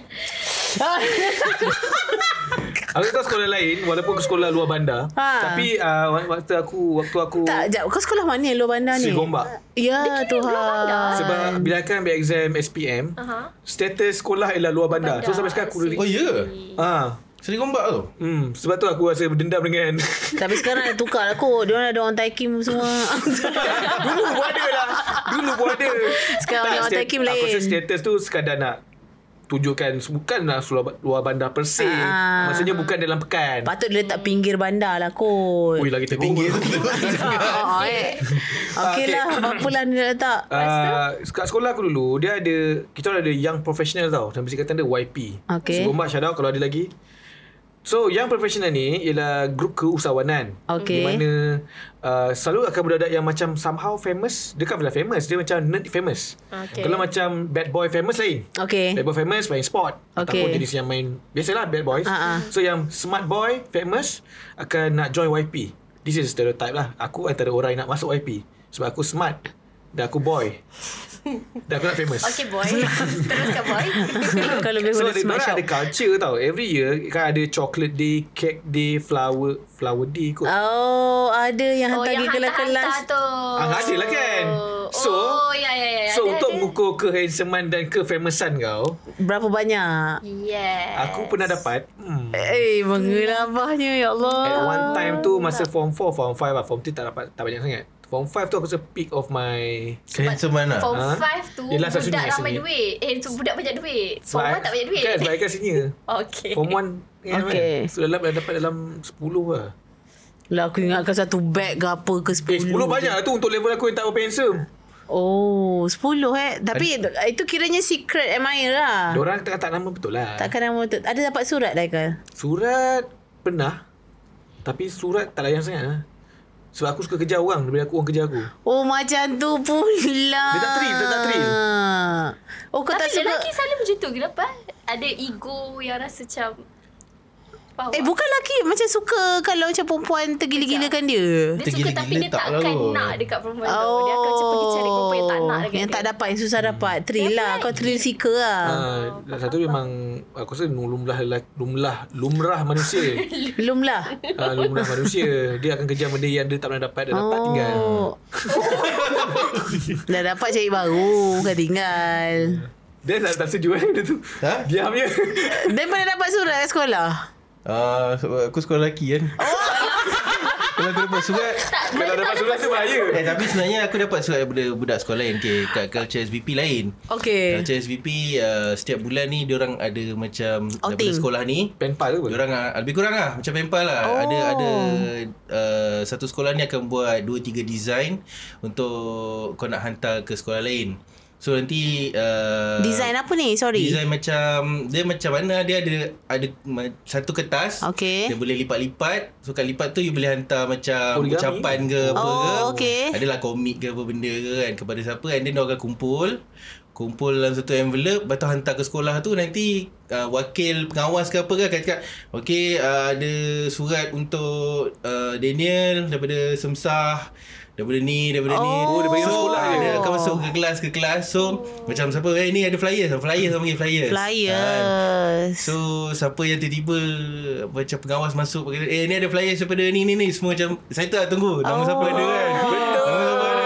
Speaker 2: Aku tak sekolah lain Walaupun aku sekolah luar bandar
Speaker 1: Ha.
Speaker 2: Tapi uh, waktu aku Waktu aku
Speaker 1: Tak, jap. Kau sekolah mana luar bandar ni? Ah.
Speaker 2: Si Gombak
Speaker 1: Ya, Tuhan.
Speaker 2: Sebab bila akan ambil exam SPM
Speaker 3: Aha.
Speaker 2: Status sekolah ialah luar bandar, So sampai sekarang aku really
Speaker 4: Oh, ya?
Speaker 2: Ah,
Speaker 4: Seri gombak tu.
Speaker 2: hmm, sebab tu aku rasa berdendam dengan
Speaker 1: Tapi sekarang dah tukar lah kot. Dia orang ada orang taikim semua.
Speaker 2: Dulu pun ada lah Dulu pun ada
Speaker 1: Sekarang
Speaker 2: Tak,
Speaker 1: ni orang
Speaker 2: stat-
Speaker 1: takim
Speaker 2: Aku rasa
Speaker 1: lain.
Speaker 2: status tu sekadar nak Tunjukkan Bukanlah luar, luar bandar per se
Speaker 1: Ah.
Speaker 2: Maksudnya bukan dalam pekan
Speaker 1: Patut dia letak pinggir bandar lah kot.
Speaker 2: Ui lagi tertinggi
Speaker 1: Ah, ah, eh.
Speaker 2: Ah,
Speaker 1: Okey lah. Apa lah dia letak.
Speaker 2: Uh, kat sekolah aku dulu Dia ada Kita orang ada young professional tau Sampai singkatan dia YP
Speaker 1: Okay.
Speaker 2: So Gombak shout out Kalau ada lagi So young professional ni Ialah grup keusahawanan
Speaker 1: Okay.
Speaker 2: Di mana uh, Selalu akan budak-budak yang macam Somehow famous Dia kan bukan famous Dia macam nerd famous
Speaker 3: Okay.
Speaker 2: Kalau macam bad boy famous lain
Speaker 3: Eh.
Speaker 1: Okay.
Speaker 2: Bad boy famous main sport
Speaker 1: Okay.
Speaker 2: Ataupun jenis yang main Biasalah bad boys
Speaker 3: Ha,
Speaker 1: Ah, ah.
Speaker 2: So yang smart boy famous Akan nak join YP This is stereotype lah Aku antara orang yang nak masuk YP Sebab aku smart Dan aku boy Dan aku nak famous
Speaker 3: Okay boy Teruskan boy
Speaker 1: Kalau lebih
Speaker 2: So
Speaker 1: boleh
Speaker 2: dia
Speaker 1: smart
Speaker 2: orang
Speaker 1: shop.
Speaker 2: ada culture tau Every year Kan ada chocolate day Cake day Flower Flower day kot
Speaker 1: Oh, ada yang
Speaker 3: Oh
Speaker 1: hantar
Speaker 3: yang
Speaker 1: pergi
Speaker 3: hantar-hantar
Speaker 1: kelas-kelas.
Speaker 3: tu
Speaker 2: Ah, ada lah kan? So-
Speaker 3: Oh ya ya ya
Speaker 2: So
Speaker 3: ada,
Speaker 2: untuk
Speaker 3: ada.
Speaker 2: mengukur kehansomean Dan kefamousan kau
Speaker 1: Berapa banyak?
Speaker 3: Yes
Speaker 2: Aku pernah dapat hmm,
Speaker 1: Eh, mengilabahnya ya Allah.
Speaker 2: At Eh, one time
Speaker 3: Ah.
Speaker 2: tu Masa form 4 Form 5 lah Form 3 tak dapat Tak banyak sangat Form 5 tu aku rasa Peak of my
Speaker 4: Handsome man lah.
Speaker 3: Form
Speaker 2: Ah.
Speaker 3: 5 tu
Speaker 2: Yelah, satu
Speaker 3: Budak
Speaker 2: ni,
Speaker 3: ramai
Speaker 2: sini.
Speaker 3: duit Eh tu budak banyak duit Form
Speaker 2: Sebab-
Speaker 3: 1 tak banyak duit
Speaker 2: Kan sebab I kan senior
Speaker 3: Okay
Speaker 2: Form 1 kan,
Speaker 1: Okay.
Speaker 2: kan? So dalam dah dapat dalam 10 lah
Speaker 1: Lah aku ingatkan satu bag ke apa ke
Speaker 2: Eh
Speaker 1: 10.
Speaker 2: 10 banyak lah tu Untuk level aku yang tak berapa handsome
Speaker 1: Oh, 10 eh. Tapi
Speaker 2: Kan-
Speaker 1: itu kiranya secret admirer lah.
Speaker 3: Ah.
Speaker 2: Diorang tak tak nama betul lah
Speaker 1: Takkan nama tu. Ada dapat surat lah Kal?
Speaker 2: Surat Pernah Tapi surat tak layan sangat lah Sebab aku suka kerja orang Bila aku orang kerja aku
Speaker 1: Oh macam tu pula.
Speaker 2: Dia tak thrill, dia tak thrill.
Speaker 1: Oh kau
Speaker 3: Tapi
Speaker 1: tak suka.
Speaker 3: lelaki selalu macam tu Kenapa Ada ego yang rasa macam Faham
Speaker 1: Eh
Speaker 3: tak?
Speaker 1: bukan lelaki macam suka kalau macam perempuan tergila-gilakan dia.
Speaker 3: Dia
Speaker 4: Tergila-gila
Speaker 3: suka tapi dia
Speaker 4: tak lah
Speaker 3: takkan
Speaker 4: kot.
Speaker 3: nak dekat perempuan tu Dia akan macam pergi cari perempuan yang tak nak dekat
Speaker 1: Oh, Yang
Speaker 3: dia
Speaker 1: tak dapat, yang susah dapat. Thrill lah. Kau thrill seeker lah.
Speaker 2: Hmm. Ah, uh, satu memang aku rasa lumrah lelaki- lumrah lumrah manusia.
Speaker 1: Belum lah.
Speaker 2: Ah, lumrah manusia. Dia akan kejar benda yang dia tak pernah dapat, dia dapat tinggal.
Speaker 1: Oh. Dah dapat cari baru Bukan tinggal
Speaker 2: Dia tak, tak setuju eh benda tu.
Speaker 4: Ha?
Speaker 2: Diam je. Hmm.
Speaker 1: Dan pernah dapat surat kat sekolah
Speaker 4: Ah, sebab aku sekolah lelaki kan.
Speaker 1: Oh.
Speaker 4: Kalau aku dapat surat
Speaker 2: Kalau dapat surat tu
Speaker 4: Eh
Speaker 2: bahaya.
Speaker 4: tapi sebenarnya aku dapat surat daripada budak sekolah lain okay, Kat culture SVP lain
Speaker 1: Okay
Speaker 4: Culture SVP uh, Setiap bulan ni Diorang ada macam Daripada
Speaker 1: Outing.
Speaker 4: sekolah ni
Speaker 2: Penpal tu apa?
Speaker 4: Diorang uh, lebih kurang lah Macam pempal lah
Speaker 1: Oh.
Speaker 4: oh. Ada ada uh, Satu sekolah ni akan buat Dua tiga design Untuk Kau nak hantar ke sekolah lain So nanti uh,
Speaker 1: Design apa ni? Sorry
Speaker 4: Design macam Dia macam mana Dia ada Ada ma- Satu kertas
Speaker 1: Okay.
Speaker 4: Dia boleh lipat-lipat So kat lipat tu You boleh hantar macam
Speaker 2: Origami.
Speaker 4: Ucapan ke apa
Speaker 1: Oh,
Speaker 4: ke
Speaker 1: okay.
Speaker 4: Adalah komik ke apa benda ke kan Kepada siapa And then dia akan kumpul Kumpul dalam satu envelope Lepas tu hantar ke sekolah tu Nanti uh, Wakil pengawas ke apa ke Akan cakap Okay uh, Ada surat untuk uh, Daniel Daripada Semsah Daripada ni Daripada ni
Speaker 1: Oh, dia bagi
Speaker 4: so,
Speaker 1: kat
Speaker 4: ah,
Speaker 1: sekolah je.
Speaker 4: Dia akan masuk ke kelas ke kelas So Macam siapa Eh ni ada flyers Flyers orang panggil flyers Kan?
Speaker 1: Flyers
Speaker 4: So siapa yang tiba-tiba Macam pengawas masuk pakai, Eh ni ada flyers daripada ni ni ni Semua macam Excited lah tunggu Nama
Speaker 1: Oh.
Speaker 4: oh. siapa ada kan Betul Nama siapa ada kan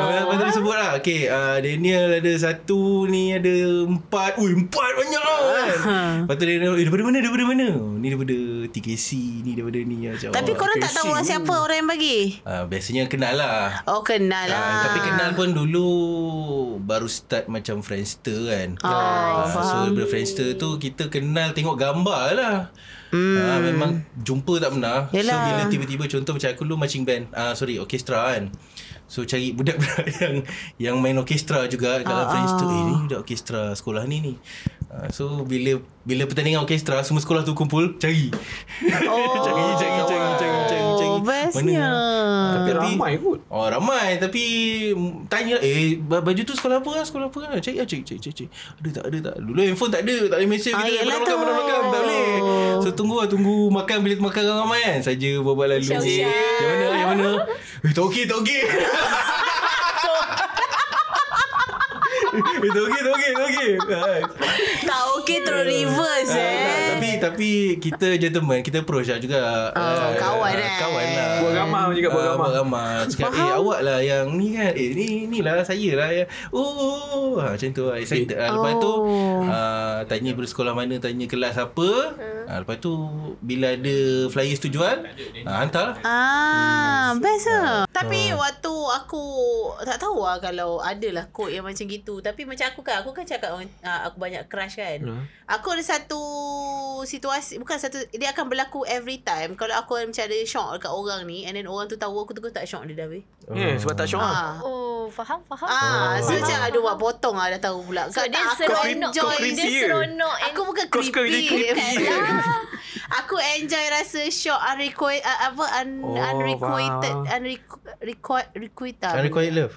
Speaker 4: Nama siapa tu disebut lah Okay uh, Daniel ada satu Ni ada kan? empat Ui empat banyak lah kan
Speaker 1: Ah.
Speaker 4: Lepas tu dia eh, daripada mana daripada mana Oh, Ni daripada TKC Ni daripada ni Macam,
Speaker 1: Tapi
Speaker 4: oh,
Speaker 1: korang tak
Speaker 4: TKC.
Speaker 1: tahu siapa orang yang bagi
Speaker 4: Ah, Biasanya kenal lah
Speaker 1: Oh kenal
Speaker 4: Ah,
Speaker 1: lah
Speaker 4: tapi kenal pun dulu baru start macam Friendster kan.
Speaker 1: Oh,
Speaker 4: Ah, so
Speaker 1: faham.
Speaker 4: daripada Friendster tu kita kenal tengok gambar lah. Hmm. Ah, memang jumpa tak pernah. So
Speaker 1: Yelah.
Speaker 4: bila tiba-tiba contoh macam aku dulu marching band. Ah, sorry, orkestra kan. So cari budak-budak yang yang main orkestra juga dalam
Speaker 1: Ah,
Speaker 4: Friendster.
Speaker 1: ah.
Speaker 4: Eh ni budak orkestra sekolah ni ni. Ah, so bila bila pertandingan orkestra semua sekolah tu kumpul cari.
Speaker 1: Oh.
Speaker 4: cari cari cari cari cari cari.
Speaker 1: Oh bestnya Ah,
Speaker 2: Tapi
Speaker 4: Tapi-
Speaker 2: ramai kot.
Speaker 4: Oh ramai tapi mm, tanya eh ba- baju tu sekolah apa lah sekolah apa lah cari lah cari cari cari cari. ada tak ada tak dulu handphone tak ada tak boleh mesej
Speaker 1: Ah,
Speaker 4: kita
Speaker 1: yelah
Speaker 4: makan
Speaker 1: tu.
Speaker 4: makan makan tak boleh so tunggu lah tunggu makan bila makan ramai kan saja bawa lalu
Speaker 3: Syau-syau.
Speaker 4: yang mana yang mana eh tak okey tak okey Itu okey, itu okey, itu okey. Ah.
Speaker 1: Tak okey terus reverse
Speaker 4: Ah,
Speaker 1: eh.
Speaker 4: tak, Tapi tapi kita gentleman, kita pro Syah juga. Ah,
Speaker 1: kawan, eh.
Speaker 4: Kawan lah.
Speaker 2: Buat gambar juga buat
Speaker 4: Ah,
Speaker 2: gambar.
Speaker 4: Buat gambar. Cakap, eh awak lah yang ni kan. Eh ni, ni lah saya lah. Yang, oh, ha, macam tu lah. Excited lah. Lepas tu,
Speaker 1: Oh. Hmm.
Speaker 4: ah, tanya daripada sekolah mana, tanya kelas apa. Ah, lepas tu, bila ada flyers tu jual, ah, hantar lah.
Speaker 1: Ah,
Speaker 4: Hmm.
Speaker 1: best lah.
Speaker 4: Ah.
Speaker 1: Tapi waktu aku tak tahu lah kalau ada lah kod yang macam gitu. Tapi macam aku kan, aku kan cakap orang- ah, aku banyak crush kan.
Speaker 4: Ha. Ah.
Speaker 2: Hmm.
Speaker 1: Aku ada satu situasi, bukan satu, dia akan berlaku every time. Kalau aku macam ada shock dekat orang ni and then orang tu tahu aku terus tak shock dia dah weh.
Speaker 2: Yeah, sebab tak syok
Speaker 1: Ah.
Speaker 2: lah.
Speaker 3: Oh, faham, faham.
Speaker 1: Ah,
Speaker 2: Oh.
Speaker 1: so macam aduh buat potong lah dah tahu pula.
Speaker 3: So,
Speaker 1: Kau
Speaker 3: dia
Speaker 1: tak aku
Speaker 3: seronok.
Speaker 1: enjoy
Speaker 2: creepy
Speaker 1: dia
Speaker 3: Dia
Speaker 2: ke?
Speaker 3: seronok. and-
Speaker 1: Aku bukan
Speaker 2: Kau suka
Speaker 1: creepy,
Speaker 2: dia creepy
Speaker 1: kan?
Speaker 2: je.
Speaker 1: Ah. Aku enjoy rasa shock unrequited apa un,
Speaker 2: Oh,
Speaker 1: unrequited
Speaker 2: faham.
Speaker 1: unrequited requited
Speaker 4: Unrequited love.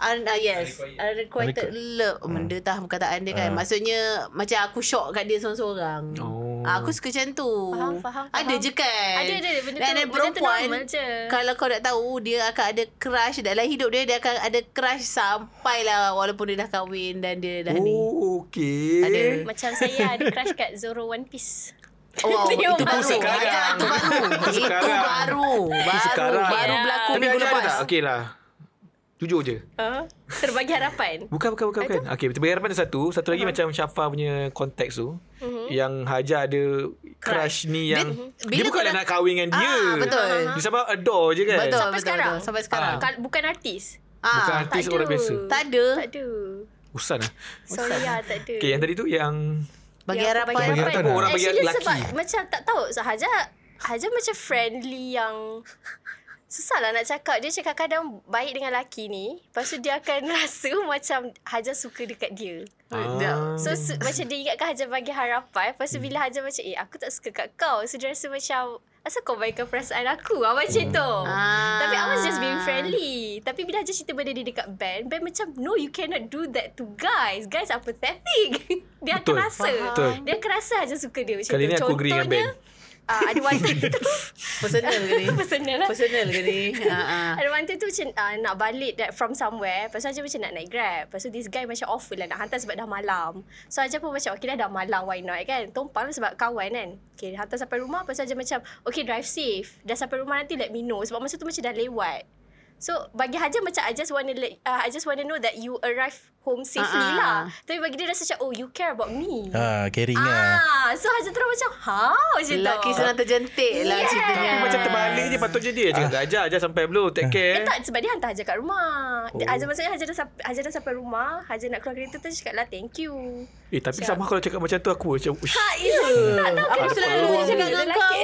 Speaker 1: Un, uh, yes, unrequited love. Hmm. Benda tah perkataan dia kan.
Speaker 4: Ah.
Speaker 1: Maksudnya macam aku shock kat dia seorang-seorang.
Speaker 2: Oh.
Speaker 1: Ah, aku suka macam tu.
Speaker 3: Faham, faham,
Speaker 1: Ada
Speaker 3: faham.
Speaker 1: je kan.
Speaker 3: Ada, ada, ada. Benda
Speaker 1: Dan
Speaker 3: tu-
Speaker 1: ada
Speaker 3: benda tu
Speaker 1: perempuan,
Speaker 3: normal je.
Speaker 1: Kalau kau nak tahu, dia akan ada crush dalam hidup dia. Dia akan ada crush sampailah walaupun dia dah kahwin dan dia dah ni.
Speaker 2: Oh, okey.
Speaker 1: Ada.
Speaker 3: Macam saya ada crush kat Zoro One Piece.
Speaker 1: Wow,
Speaker 3: Itu
Speaker 1: Oh, itu baru.
Speaker 2: sekarang.
Speaker 1: Sekarang. Itu baru.
Speaker 2: Itu
Speaker 1: Itu
Speaker 2: sekarang.
Speaker 1: baru. Baru,
Speaker 2: sekarang.
Speaker 1: baru
Speaker 3: Ya.
Speaker 1: berlaku
Speaker 2: Tapi
Speaker 1: minggu
Speaker 2: ada ada
Speaker 1: lepas.
Speaker 2: tak? Okey lah. Jujur je.
Speaker 1: Ha?
Speaker 3: Uh, terbagi harapan.
Speaker 2: Bukan, bukan, bukan. bukan. Okey, betul harapan ada satu. Satu lagi macam Syafa punya konteks tu.
Speaker 1: Mhm.
Speaker 2: Yang Haja ada crush ni yang... Dia,
Speaker 1: bila
Speaker 2: bukan
Speaker 1: kau dah-
Speaker 2: nak kahwin dengan dia.
Speaker 1: Ah, betul.
Speaker 2: Dia sebab adore je kan.
Speaker 1: Betul,
Speaker 3: Sampai
Speaker 1: betul,
Speaker 3: sekarang.
Speaker 1: betul. Sampai
Speaker 2: Ah.
Speaker 1: sekarang.
Speaker 3: Kal- bukan artis.
Speaker 2: Bukan
Speaker 1: Ah,
Speaker 2: artis
Speaker 3: tak
Speaker 2: orang
Speaker 3: ada.
Speaker 2: biasa.
Speaker 1: tak ada.
Speaker 3: Tak ada.
Speaker 2: Usan lah.
Speaker 3: Sorry lah, tak ada.
Speaker 2: Okey, yang tadi tu yang...
Speaker 1: Bagi
Speaker 3: Yang
Speaker 1: harapan.
Speaker 4: Bagi harapan.
Speaker 2: Orang bagi
Speaker 3: Actually,
Speaker 2: lelaki.
Speaker 3: sebab macam tak tahu. So, Haja, Haja macam friendly yang... Susah lah nak cakap. Dia cakap kadang baik dengan lelaki ni. Lepas tu dia akan rasa macam Haja suka dekat dia.
Speaker 2: Ah.
Speaker 3: So, su- macam dia ingatkan Hajar bagi harapan. Lepas tu bila Hajar macam, eh aku tak suka kat kau. So, dia rasa macam, asal kau baikkan perasaan aku? Ah, macam tu.
Speaker 1: Ah.
Speaker 3: Tapi I was just being friendly. Tapi bila Hajar cerita benda dia dekat band, band macam, no you cannot do that to guys. Guys are pathetic. dia
Speaker 2: Betul.
Speaker 3: akan rasa.
Speaker 2: Betul.
Speaker 3: Dia akan rasa Hajar suka dia macam
Speaker 2: Kali
Speaker 3: tu.
Speaker 2: ni aku agree dengan
Speaker 3: Contohnya,
Speaker 2: Ben.
Speaker 3: ah, ada one time tu.
Speaker 1: Personal ke ni?
Speaker 3: Personal lah.
Speaker 1: Personal ke ni? Ah, ah.
Speaker 3: Ada one time tu macam uh, nak balik that from somewhere. Lepas tu Hajar macam nak naik grab. Lepas tu this guy macam offer lah nak hantar sebab dah malam. So Hajar pun macam okay lah, dah dah malam why not kan. Tumpang lah sebab kawan kan. Okay hantar sampai rumah. Lepas tu Hajar macam okay drive safe. Dah sampai rumah nanti let me know. Sebab masa tu macam dah lewat. So bagi Hajar macam I just wanna let, uh, I just wanna know that you arrive home safely
Speaker 1: Ah, ah.
Speaker 3: lah. Tapi bagi dia rasa macam oh you care about me.
Speaker 4: Ah, caring lah.
Speaker 3: Ah, so Hajar terus macam ha macam tu.
Speaker 1: Lelaki senang terjentik lah
Speaker 3: Yes.
Speaker 1: ceritanya.
Speaker 2: Tapi macam terbalik je patutnya dia cakap
Speaker 4: Ah.
Speaker 2: kat Hajar Hajar sampai belum take
Speaker 3: Eh,
Speaker 2: care
Speaker 3: tak sebab dia hantar Hajar kat rumah. Oh. Hajar maksudnya Hajar dah, sampai, Hajar dah sampai rumah, Hajar nak keluar kereta tu dia cakap lah thank you.
Speaker 2: Eh tapi sama kalau cakap macam tu aku macam "Ush,
Speaker 1: Ah,
Speaker 3: Tak yeah. tak tahu
Speaker 1: Aku selalu
Speaker 2: Orang
Speaker 1: cakap dengan kau.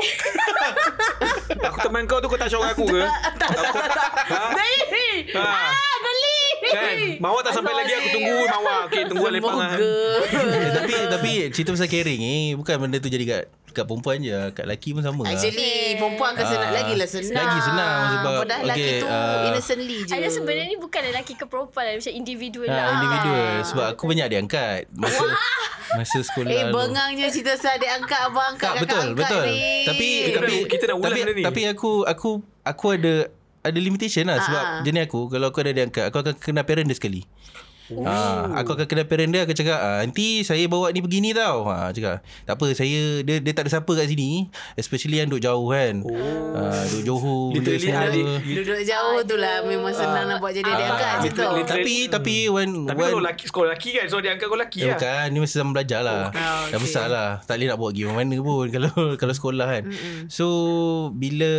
Speaker 2: Aku teman kau tu kau tak syok aku ke
Speaker 1: Tak, tak, tak, tak. Geli!
Speaker 2: Ha.
Speaker 1: Ah, geli!
Speaker 2: Kan Mawar tak sampai lagi aku tunggu Mawar Okey tunggu lah lepang lah
Speaker 1: Semoga.
Speaker 4: Eh, tapi tapi cerita pasal caring ni eh, bukan benda tu jadi kat kat perempuan je, kat lelaki pun
Speaker 1: Ah,
Speaker 4: sama. lah.
Speaker 1: Actually perempuan akan senang
Speaker 4: Ah,
Speaker 1: lagi lah senang.
Speaker 4: lagi senang sebab,
Speaker 1: Padahal lelaki
Speaker 4: okay,
Speaker 1: tu
Speaker 4: ah,
Speaker 1: innocently je.
Speaker 3: Ada sebenarnya ni bukan lelaki ke perempuan lah, macam individu
Speaker 4: Ha,
Speaker 3: lah.
Speaker 4: individual sebab aku banyak diangkat masa masa sekolah.
Speaker 1: Eh
Speaker 4: dulu.
Speaker 1: bengangnya cerita saya dia angkat abang angkat
Speaker 4: Tak
Speaker 1: kakak
Speaker 4: betul
Speaker 1: angkat
Speaker 4: betul.
Speaker 1: ni.
Speaker 4: Tapi
Speaker 2: Kita
Speaker 4: tapi
Speaker 2: dah- kita dah ulas
Speaker 4: tapi,
Speaker 2: benda ni.
Speaker 4: tapi aku aku aku ada ada limitation lah sebab
Speaker 1: Ah.
Speaker 4: jenis aku kalau aku ada diangkat aku akan kena parent dia sekali. Ha, aku akan kena parent dia Aku cakap ah, Nanti saya bawa ni pergi ni tau ha, cakap, Tak apa saya dia, dia tak ada siapa kat sini Especially yang duduk jauh kan
Speaker 2: Oh.
Speaker 4: Ah, Duduk Johor bila
Speaker 2: Literally
Speaker 4: semua.
Speaker 2: adik
Speaker 1: Duduk jauh tu lah memang senang nak buat jadi dia angkat
Speaker 4: Ah,
Speaker 1: macam tu.
Speaker 2: literally-
Speaker 4: Tapi Tapi when,
Speaker 2: Tapi
Speaker 4: when
Speaker 2: kalau lelaki Sekolah lelaki kan So dia angkat kau lelaki
Speaker 4: Ya
Speaker 2: lah
Speaker 4: bukan Ni masih zaman belajar lah
Speaker 1: Ah,
Speaker 4: Dah
Speaker 1: okey.
Speaker 4: besar lah Tak boleh nak bawa pergi mana pun Kalau kalau sekolah kan So Bila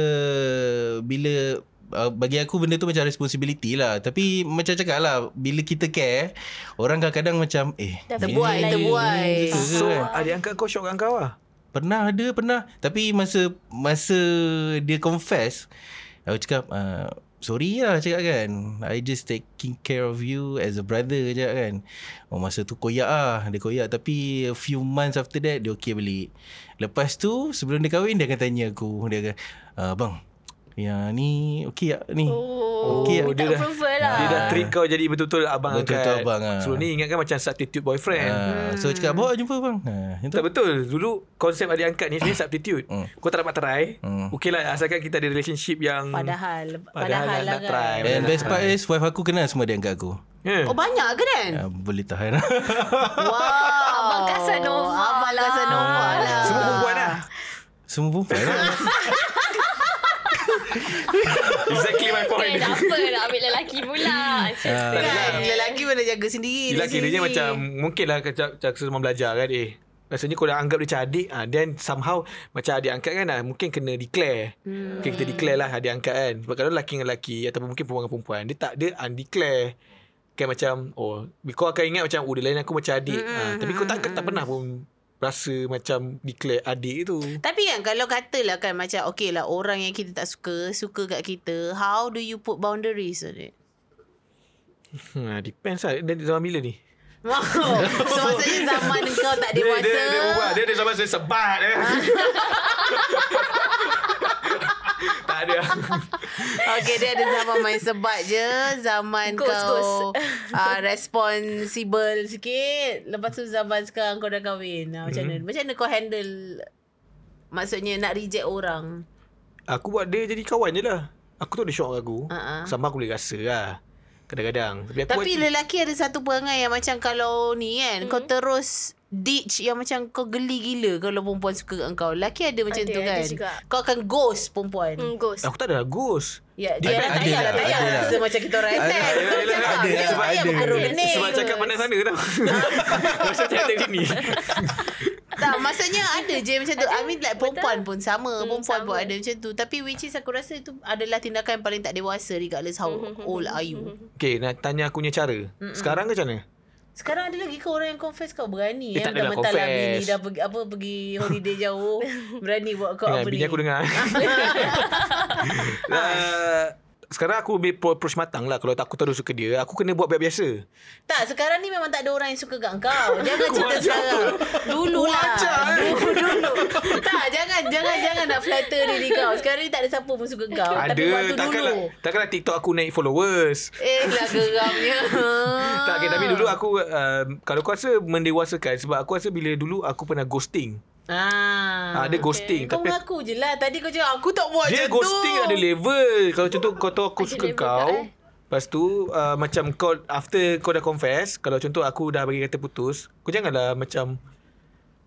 Speaker 4: Bila Uh, bagi aku benda tu macam responsibility lah Tapi macam cakap lah Bila kita care Orang kadang-kadang macam Eh
Speaker 3: Dah
Speaker 1: terbuai,
Speaker 4: ni-
Speaker 1: terbuai.
Speaker 4: ni betul ke
Speaker 2: So
Speaker 4: kan?
Speaker 2: adik angkat kau syok dengan kau lah
Speaker 4: Pernah ada pernah Tapi masa Masa dia confess Aku cakap uh, Sorry lah cakap kan I just taking care of you As a brother cakap kan oh, Masa tu koyak lah Dia koyak Tapi a few months after that Dia okay balik Lepas tu Sebelum dia kahwin Dia akan tanya aku Dia akan uh, Bang Yang ni Okay tak ni
Speaker 3: Oh,
Speaker 4: Okey,
Speaker 3: okay, minta
Speaker 2: dia dah-
Speaker 3: approval lah.
Speaker 2: Dia dah
Speaker 4: Ah.
Speaker 2: treat kau jadi betul-betul abang angkat
Speaker 4: Betul-betul abang, ah.
Speaker 2: Sebelum ni ingat kan macam substitute boyfriend
Speaker 4: uh, So cakap Bawa jumpa bang uh,
Speaker 2: Tak betul Dulu konsep adik angkat ni sebenarnya substitute
Speaker 4: Hmm.
Speaker 2: Kau tak dapat try
Speaker 4: Hmm.
Speaker 2: Okey lah asalkan kita ada relationship yang
Speaker 1: Padahal padahal
Speaker 2: Padahal nak-
Speaker 1: lah
Speaker 2: nak
Speaker 1: kan.
Speaker 2: try.
Speaker 4: And best part is Wife aku kenal semua dia angkat aku
Speaker 2: Yeah.
Speaker 1: Oh banyak ke Dan?
Speaker 2: Ya.
Speaker 4: Ah, boleh tahan.
Speaker 1: Wow.
Speaker 3: Abang Casanova
Speaker 1: Abang
Speaker 3: lah.
Speaker 1: Casanova lah.
Speaker 2: Semua perempuan lah.
Speaker 4: Semua perempuan lah.
Speaker 2: Exactly my point.
Speaker 3: Kan apa nak ambil lelaki pula.
Speaker 4: Ah.
Speaker 1: Kan lelaki mana jaga sendiri.
Speaker 2: Yelah
Speaker 1: diri
Speaker 2: kiranya
Speaker 1: sendiri.
Speaker 2: macam lah Mungkinlah Semua belajar kan Eh Rasanya kau dah anggap dia macam adik ah, Then somehow Macam adik angkat kan ah, Mungkin kena declare hmm. okay, Kita declare lah adik angkat kan Sebab kalau lelaki dengan lelaki Ataupun mungkin perempuan dengan perempuan Dia tak Dia undeclare Kan macam Oh Kau akan ingat macam Oh dia lain aku macam adik hmm. ah, Tapi kau tak, kau tak pernah pun Rasa macam Declare adik tu
Speaker 1: Tapi kan kalau katalah kan macam okay lah orang yang kita tak suka suka kat kita how do you put boundaries on it?
Speaker 2: hmm, Depends lah Dia zaman bila ni
Speaker 1: Wow. so maksudnya zaman kau tak ada
Speaker 2: dia,
Speaker 1: masa.
Speaker 2: dia, dia berubah Dia ada zaman saya sebat eh. Tak ada
Speaker 1: Okay dia ada zaman main sebat je Zaman
Speaker 3: Ghost,
Speaker 1: kau
Speaker 3: ghost.
Speaker 1: uh, Responsible sikit Lepas tu zaman sekarang kau dah kahwin uh, Macam
Speaker 4: Mm-hmm.
Speaker 1: mana Macam mana kau handle Maksudnya nak reject orang
Speaker 2: Aku buat dia jadi kawan je lah Aku tu ada syok dengan aku
Speaker 1: Ha-ha.
Speaker 2: uh-huh. Sama aku boleh rasa lah Kadang-kadang Tapi, aku
Speaker 1: Ah, Tapi
Speaker 2: buat-
Speaker 1: lelaki ada satu perangai yang macam kalau ni kan mm-hmm. Kau terus ditch yang macam kau geli gila kalau perempuan suka kat kau. Lelaki ada macam
Speaker 3: Ada,
Speaker 1: tu
Speaker 3: ada
Speaker 1: kan.
Speaker 3: juga.
Speaker 1: Kau akan ghost perempuan.
Speaker 3: Hmm, ghost.
Speaker 2: Aku tak ada ghost
Speaker 1: Ya,
Speaker 4: Ada-
Speaker 1: dia dah tak
Speaker 4: ada
Speaker 1: payahlah,
Speaker 4: lah,
Speaker 1: tak payahlah
Speaker 4: ada
Speaker 1: rasa
Speaker 4: lah.
Speaker 1: macam kita orang attack.
Speaker 2: Ah, ya,
Speaker 4: Ada,
Speaker 1: Kau
Speaker 4: ada,
Speaker 1: cakap,
Speaker 4: ada,
Speaker 1: dia
Speaker 4: ada.
Speaker 1: bayar
Speaker 4: Ada.
Speaker 1: bukan
Speaker 3: Sebab-
Speaker 1: bening.
Speaker 2: Sebab cakap pandang sana tau Macam sini
Speaker 1: Tak, maksudnya ada je macam tu. I mean like perempuan pun sama.
Speaker 3: Hmm,
Speaker 1: perempuan pun
Speaker 3: sama.
Speaker 1: ada macam tu. Tapi which is aku rasa itu adalah tindakan paling tak dewasa regardless how
Speaker 3: Hmm,
Speaker 1: old are you.
Speaker 2: Okay nak tanya aku punya cara Sekarang ke macam mana
Speaker 1: Sekarang ada lagi ke orang yang confess kau berani
Speaker 2: Eh, tak adalah
Speaker 1: mentah-mentah lah bini
Speaker 2: confess.
Speaker 1: dah pergi apa pergi holiday jauh berani buat kau apa
Speaker 2: Dengar Ya, bini
Speaker 1: ni.
Speaker 2: aku dengar Ah, Sekarang aku lebih pro- approach matang lah Kalau tak aku terus suka dia Aku kena buat biasa
Speaker 1: Tak, sekarang ni memang tak ada orang yang suka kat kau. Jangan cerita sekarang. Dulu lah.
Speaker 2: eh.
Speaker 1: Dulu, dulu. Tak, jangan jangan jangan nak flatter diri kau. Sekarang ni tak ada siapa pun suka kau. Tapi waktu
Speaker 2: Ada
Speaker 1: dulu.
Speaker 2: Takkanlah Takkanlah lah TikTok aku naik followers
Speaker 1: Eh lah geramnya.
Speaker 2: Tak okay, tapi dulu aku um, Kalau aku rasa mendewasakan Sebab aku rasa bila dulu aku pernah ghosting
Speaker 1: Ah.
Speaker 2: ha, Dia ghosting
Speaker 1: Kau
Speaker 2: Tapi
Speaker 1: mengaku je lah. Tadi kau cakap aku tak buat macam
Speaker 2: dia
Speaker 1: tu.
Speaker 2: ghosting ada level Kalau contoh kau tahu aku
Speaker 3: Ada
Speaker 2: suka
Speaker 3: level
Speaker 2: kau
Speaker 3: tak, eh?
Speaker 2: Lepas tu uh, Macam kau After kau dah confess Kalau contoh aku dah bagi kata putus Kau janganlah macam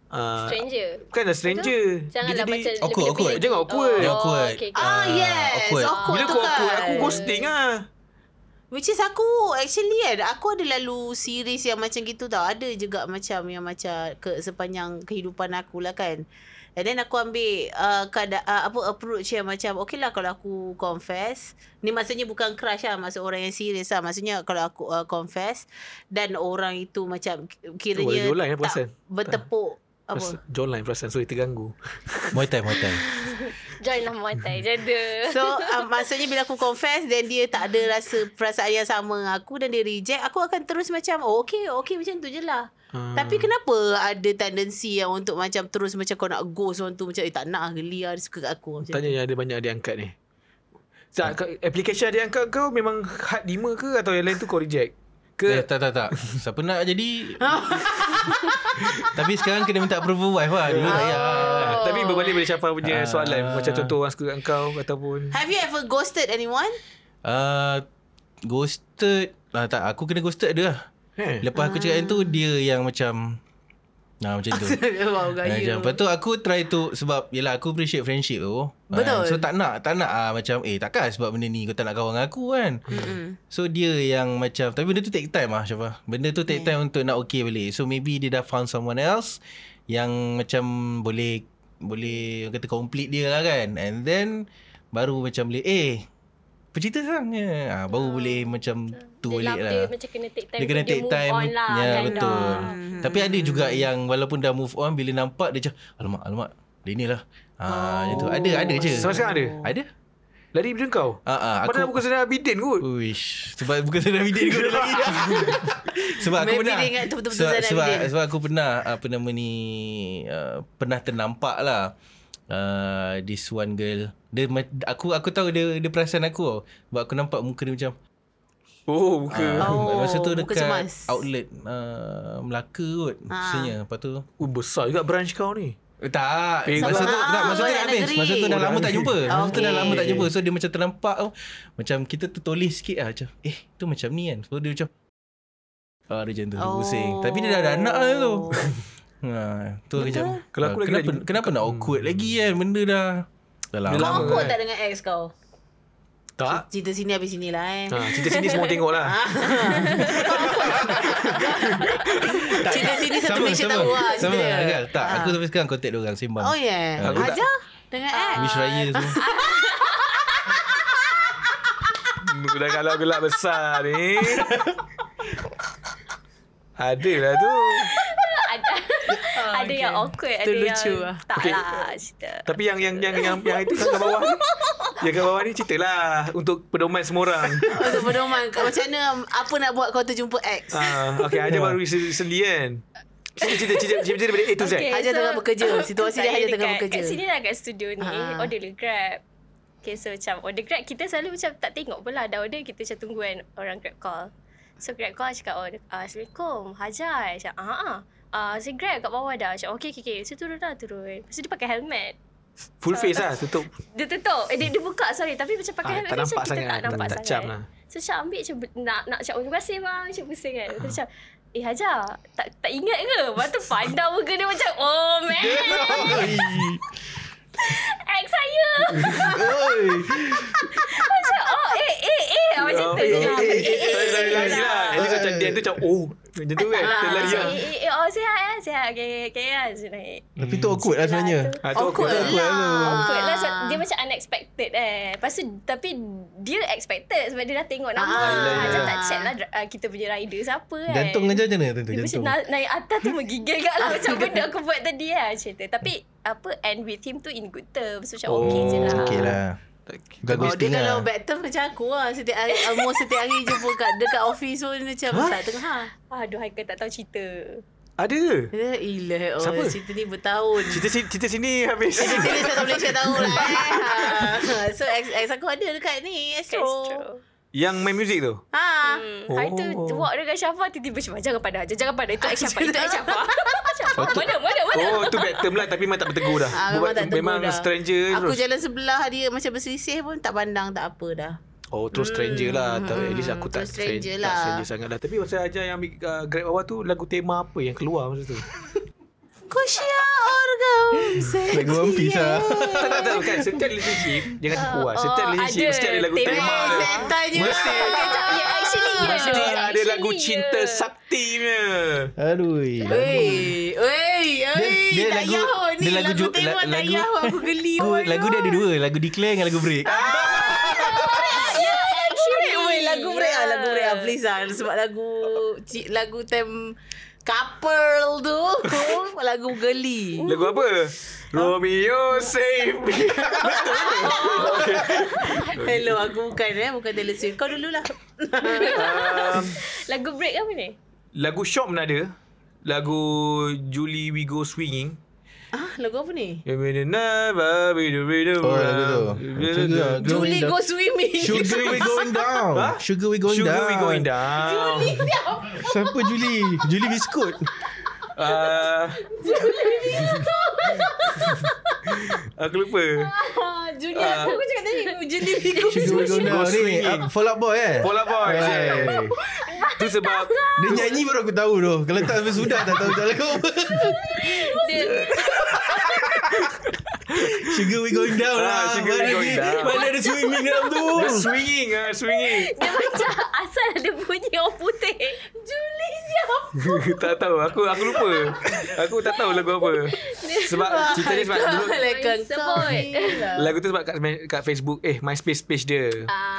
Speaker 2: uh,
Speaker 3: Stranger.
Speaker 2: Bukan dah stranger
Speaker 3: Janganlah
Speaker 2: Dia
Speaker 3: macam
Speaker 2: jadi-
Speaker 4: awkward,
Speaker 3: lebih-lebih.
Speaker 4: awkward.
Speaker 2: Jangan awkward.
Speaker 4: Dia awkward.
Speaker 3: okay, okay.
Speaker 1: Ah,
Speaker 4: Ah,
Speaker 1: yes. Awkward.
Speaker 4: Oh, awkward.
Speaker 2: Bila
Speaker 1: tu
Speaker 2: kau
Speaker 1: kan.
Speaker 2: awkward Aku ghosting lah
Speaker 1: Which is aku actually kan aku ada lalu series yang macam gitu tau. Ada juga macam yang macam ke sepanjang kehidupan aku lah kan. And then aku ambil uh, kada, uh, apa approach yang macam okay lah kalau aku confess. Ni maksudnya bukan crush lah. Maksud orang yang serius lah. Maksudnya kalau aku uh, confess dan orang itu macam ki- kiranya
Speaker 2: Oh, online eh, perasan.
Speaker 1: tak bertepuk apa.
Speaker 2: Perasa- John lain perasaan Sorry terganggu
Speaker 4: Muay Thai, Muay Thai.
Speaker 3: Join lah Muay Thai. Jada.
Speaker 1: So uh, maksudnya bila aku confess dan dia tak ada rasa perasaan yang sama dengan aku dan dia reject, aku akan terus macam oh okay, okay macam tu je lah.
Speaker 2: Hmm.
Speaker 1: Tapi kenapa ada tendensi yang untuk macam terus macam kau nak ghost orang tu macam eh tak nak ah, geli ah dia suka kat aku macam.
Speaker 2: Tanya yang ada banyak adik angkat ni. Tak, kau- application adik angkat kau memang hard 5 ke atau yang lain tu kau reject? Ke
Speaker 4: Eh, tak, tak, tak. Siapa nak jadi... Tapi sekarang kena minta approval wife lah. Dulu tak payah.
Speaker 2: Ah, tapi berbalik pada Syafa punya
Speaker 4: Ah.
Speaker 2: soalan Macam contoh orang suka kat kau Ataupun
Speaker 1: Have you ever ghosted anyone?
Speaker 4: Uh, ghosted. Ah, tak, aku kena ghosted ada lah.
Speaker 2: Eh.
Speaker 4: Lepas aku cakap yang tu, dia yang macam... Nah, macam tu.
Speaker 1: wow,
Speaker 4: Ah,
Speaker 1: gaya.
Speaker 4: Macam, lepas tu aku try to Sebab Yelah aku appreciate friendship tu
Speaker 1: Betul.
Speaker 4: Ah, So tak nak Tak nak ah, macam Eh takkan sebab benda ni Kau tak nak kawan dengan aku kan
Speaker 1: Mm-mm.
Speaker 4: So dia yang macam Tapi benda tu take time lah Syafa Benda tu take time untuk nak okay balik So maybe dia dah found someone else Yang macam boleh Boleh orang kata complete dia lah kan And then Baru macam boleh Eh Bercerita sekarang ke? ah, Baru boleh macam Tu
Speaker 3: Dia
Speaker 4: balik
Speaker 3: love
Speaker 4: lah
Speaker 3: Dia macam kena take time.
Speaker 4: dia kena
Speaker 3: untuk
Speaker 4: take
Speaker 3: move
Speaker 4: time
Speaker 3: on lah.
Speaker 4: Ya
Speaker 3: kind of.
Speaker 4: betul
Speaker 2: Hmm,
Speaker 4: Tapi ada juga yang Walaupun dah move on Bila nampak dia macam Alamak alamak Dia ni lah ha, macam tu. Ada ada je
Speaker 2: Sampai sekarang ada?
Speaker 4: Ada
Speaker 2: Lari bila kau?
Speaker 4: Ah, ah,
Speaker 2: Kau dah
Speaker 4: aku
Speaker 2: bukan sedar Bidin kot
Speaker 4: Uish Sebab bukan Zainal Abidin kot dia lagi Sebab aku
Speaker 1: Maybe
Speaker 4: pernah
Speaker 1: dia ingat tu betul-betul
Speaker 4: sebab,
Speaker 1: Zainal
Speaker 4: sebab,
Speaker 1: Abidin.
Speaker 4: sebab aku pernah Apa nama ni uh, Pernah ternampak lah uh, This one girl dia, ma- Aku aku tahu dia, dia perasan aku tau. Sebab aku nampak muka dia macam
Speaker 2: Oh muka
Speaker 4: ah,
Speaker 1: Oh,
Speaker 4: Masa tu
Speaker 1: muka
Speaker 4: dekat
Speaker 1: cemas.
Speaker 4: outlet uh, Melaka kot
Speaker 1: Ah.
Speaker 4: Maksudnya Lepas tu
Speaker 2: uh, Besar juga branch kau ni
Speaker 4: Eh, tak
Speaker 2: Eh,
Speaker 4: Masa tu
Speaker 1: ah,
Speaker 4: tak, Masa tu
Speaker 1: banyak
Speaker 4: dah habis
Speaker 1: negeri.
Speaker 4: Masa tu dah
Speaker 2: Oh, dah
Speaker 4: lama tak
Speaker 2: habis.
Speaker 4: jumpa Masa tu dah
Speaker 1: Okay.
Speaker 4: lama tak jumpa So dia macam ternampak tau. Macam kita tertoleh sikit lah Macam eh tu macam ni kan So dia macam Ah, dia macam tu oh. pusing. Tapi dia dah ada anak lah tu. ha, tu aku macam.
Speaker 2: Kalau aku lagi
Speaker 4: ah, kenapa,
Speaker 2: lagi- Hmm.
Speaker 4: kenapa nak awkward lagi kan benda dah. Dah lama.
Speaker 2: Dah
Speaker 1: Kau
Speaker 2: lama.
Speaker 1: awkward
Speaker 2: kan?
Speaker 1: tak dengan ex kau?
Speaker 2: Tak.
Speaker 1: Cerita sini habis sini lah eh.
Speaker 2: Ha,
Speaker 4: Ah,
Speaker 2: cerita sini semua tengok lah.
Speaker 1: Cerita sini satu
Speaker 4: Sama,
Speaker 1: Malaysia
Speaker 4: sama.
Speaker 1: tahu lah cerita
Speaker 4: Sama,
Speaker 1: dia.
Speaker 4: Agal. Tak,
Speaker 1: Ah.
Speaker 4: aku sampai sekarang contact dia orang sembang.
Speaker 1: Oh ya. yeah.
Speaker 4: Aku tak-
Speaker 1: Hajar dengan
Speaker 3: Ah.
Speaker 1: ex.
Speaker 4: Wish Raya tu.
Speaker 2: Nunggu dah kalau gelap besar ni. Adalah lah tu.
Speaker 3: ada ada yang awkward, ada
Speaker 1: Itu
Speaker 3: yang
Speaker 1: lucu lah.
Speaker 3: tak
Speaker 2: Okey.
Speaker 3: lah cerita.
Speaker 2: Tapi yang yang yang yang, yang itu kat bawah ni. Yang kat bawah ni ceritalah untuk pedoman semua orang.
Speaker 1: Untuk pedoman kau macam mana um, apa nak buat kau terjumpa ex?
Speaker 2: Ah, okay, Hajar baru se- sendi kan. Cerita cerita cerita cerita daripada A to Z.
Speaker 3: Okay,
Speaker 1: Hajar tengah bekerja. Situasi dia
Speaker 3: saya
Speaker 1: Hajar tengah
Speaker 3: dekat-
Speaker 1: bekerja.
Speaker 3: Kat sini lah kat studio ni.
Speaker 1: Ah.
Speaker 3: Order le Grab. Okay, so macam order Grab. Kita selalu macam tak tengok pun lah. Dah order, kita macam tunggu kan orang Grab call. So, Grab call cakap, oh, ah, Assalamualaikum, Hajar. Macam, ah, ah. Ah, saya Grab kat bawah dah. Macam, okay, okay, okay. So, turun lah, turun. Lepas tu, dia pakai helmet.
Speaker 2: Full face lah tutup.
Speaker 3: Dia tutup. Eh, dia, dia buka, sorry. Tapi macam pakai
Speaker 2: Ah,
Speaker 3: helmet
Speaker 2: tak
Speaker 3: ni
Speaker 2: nampak
Speaker 3: macam
Speaker 2: sangat.
Speaker 3: kita tak
Speaker 2: Tak-
Speaker 3: nampak
Speaker 2: tak
Speaker 3: sangat.
Speaker 2: cam lah.
Speaker 3: So, Syah ambil macam ber- nak, nak Syah, terima kasih bang. Macam pusing kan. Lepas tu, Syah, eh Hajar, tak, tak ingat ke? Lepas tu, pandang muka dia macam, oh man, ex saya.
Speaker 4: Oi.
Speaker 3: Macam, oh, eh, eh, eh. Ah, Macam tu.
Speaker 2: Eh,
Speaker 3: Syah.
Speaker 2: eh, eh,
Speaker 3: Eh, eh,
Speaker 2: eh, Lari lari
Speaker 3: eh,
Speaker 2: lah. At least macam dia tu macam oh. Macam tu kan. Dia lari
Speaker 3: Macam,
Speaker 2: lah.
Speaker 3: eh, eh, eh, oh, sihat eh, sihat. Okay, okay, okay. Syah naik.
Speaker 4: Tapi tu awkward lah sebenarnya.
Speaker 2: Ah,
Speaker 3: Lah tu.
Speaker 2: tu aku
Speaker 1: Awkward
Speaker 2: tu aku
Speaker 1: lah. Oh,
Speaker 2: tu.
Speaker 3: Awkward lah sebab dia macam unexpected eh. Lepas tu tapi dia expected sebab dia dah tengok nama.
Speaker 1: Ah,
Speaker 2: yelah,
Speaker 3: Ah, Macam
Speaker 2: yelah.
Speaker 3: tak check lah dra- ah, kita punya rider siapa kan.
Speaker 4: Jantung aja macam mana tu?
Speaker 3: Dia macam
Speaker 4: Jantung.
Speaker 3: na- naik atas tu menggigil kat lah macam benda aku buat tadi lah macam tu. Tapi apa end with him tu in good terms. So macam
Speaker 2: Oh,
Speaker 3: okay je lah.
Speaker 4: Okay lah.
Speaker 1: Oh,
Speaker 4: Bukan
Speaker 1: dia
Speaker 4: ghosting
Speaker 1: kalau
Speaker 4: lah.
Speaker 1: back term macam aku lah Setiap hari Almost setiap hari jumpa kat Dekat office pun dia Macam tak tengah ha?
Speaker 3: Aduh Haikal tak tahu cerita.
Speaker 2: Ada ke?
Speaker 1: Dia Ilah oh,
Speaker 2: Siapa?
Speaker 1: Cerita ni bertahun
Speaker 2: Cerita sini, cerita sini habis.
Speaker 1: Cerita ni satu Malaysia tahu lah eh. Ha. So ex, ex aku ada dekat ni
Speaker 3: Kat
Speaker 1: Astro
Speaker 3: Astro.
Speaker 2: Yang main muzik tu.
Speaker 1: Ha.
Speaker 3: Hmm. Hari tu
Speaker 2: Oh.
Speaker 3: walk dengan Syafa tiba-tiba macam jangan pada Hajar, jangan pada itu ex Syafa, itu ex Syafa. Syafa, mana, mana, mana.
Speaker 2: Oh tu bad term lah tapi memang tak bertegur dah.
Speaker 1: Ah, memang
Speaker 2: Buat-
Speaker 1: tak tegur
Speaker 2: memang
Speaker 1: dah.
Speaker 2: stranger
Speaker 1: Aku
Speaker 2: terus.
Speaker 1: jalan sebelah dia macam berselisih pun tak pandang tak apa dah.
Speaker 2: Oh terus stranger lah. Tapi at least aku
Speaker 1: Hmm, terus
Speaker 2: tak
Speaker 1: stranger
Speaker 2: tak
Speaker 1: lah.
Speaker 2: stranger sangat lah. Tapi masa ajar yang ambil uh, grab awal tu lagu tema apa yang keluar masa tu?
Speaker 1: Kusia orgam
Speaker 4: Lagu One Piece lah.
Speaker 2: tak tak tak bukan. Setiap relationship jangan tipu lah. Setiap
Speaker 3: oh,
Speaker 2: relationship
Speaker 3: ada
Speaker 2: mesti ada lagu
Speaker 3: tema.
Speaker 2: tema
Speaker 1: Eh,
Speaker 2: dia.
Speaker 1: setan je.
Speaker 2: Mesti.
Speaker 3: Kejap, ya, actually ya.
Speaker 2: Mesti ada
Speaker 3: Actually,
Speaker 2: lagu
Speaker 3: ya.
Speaker 2: cinta sakti punya.
Speaker 4: Aduh.
Speaker 1: Wey, wey, wey,
Speaker 4: dia
Speaker 1: tak
Speaker 4: lagu-
Speaker 1: payah awak ni
Speaker 4: dia lagu
Speaker 1: lagu,
Speaker 4: ju-
Speaker 1: tema
Speaker 4: la-
Speaker 1: tak
Speaker 4: lagu-
Speaker 1: payah awak, aku geli
Speaker 4: Lagu,
Speaker 1: awak
Speaker 4: lagu
Speaker 1: tu.
Speaker 4: dia ada dua. Lagu declare dengan lagu break.
Speaker 3: Ya, actually.
Speaker 1: Wey, Oh. lagu break ah, lagu break ah,
Speaker 3: Ya.
Speaker 1: please ah sebab lagu ci- lagu tem couple tu lagu geli.
Speaker 2: Lagu apa? Romeo save me.
Speaker 1: Hello, aku bukan eh, bukan Taylor Swift. Kau dululah.
Speaker 2: Um,
Speaker 3: Lagu break apa ni?
Speaker 2: Lagu Shock pun ada. Lagu Julie We Go Swinging.
Speaker 1: ah, lagu apa ni?
Speaker 2: Oh
Speaker 4: Oh,
Speaker 2: lagu
Speaker 1: Julie go swimming.
Speaker 4: lah. Sugar we going down.
Speaker 2: Ha?
Speaker 4: Sugar we going
Speaker 2: Sugar
Speaker 4: down.
Speaker 2: We Going Down.
Speaker 4: Siapa Julie? Julie Biskut.
Speaker 2: Uh, aku lupa.
Speaker 1: Ah, Junior aku pun cakap tadi Junior Bigo
Speaker 4: Sugar we going down. Ni
Speaker 2: Swinging.
Speaker 4: uh, Fall Out Boy eh?
Speaker 2: Fall Out Boy,
Speaker 4: Hey.
Speaker 2: yeah. Tu sebab
Speaker 4: Dia nyanyi baru aku tahu tu. Kalau tak sampai sudah tak tahu tak lagu apa.
Speaker 3: Dia,
Speaker 4: Sugar we going down
Speaker 2: Ah,
Speaker 4: lah.
Speaker 2: Sugar We
Speaker 4: Mana
Speaker 2: Going
Speaker 4: dia-
Speaker 2: Down.
Speaker 4: Mana ada swimming dalam tu.
Speaker 2: dia swinging ah swinging.
Speaker 3: dia macam asal ada bunyi orang putih. Julie siapa?
Speaker 2: tak tahu aku aku lupa. Aku tak tahu lagu apa. Sebab cerita ni sebab dulu
Speaker 1: Malaikat kau
Speaker 3: Sebut.
Speaker 2: lagu tu sebab kat, kat Facebook eh MySpace page dia.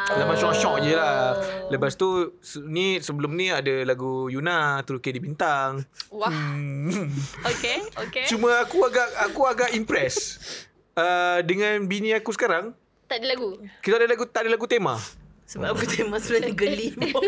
Speaker 2: Laman syok-syok je lah. Lepas tu se- ni sebelum ni ada lagu Yuna Turki di bintang. Hmm.
Speaker 3: Wah. Eh. Okay, okay.
Speaker 2: Cuma aku agak aku agak impress uh, dengan bini aku sekarang.
Speaker 3: Tak ada lagu.
Speaker 2: Kita ada lagu tak ada lagu tema.
Speaker 1: Sebab aku tema sebenarnya geli pun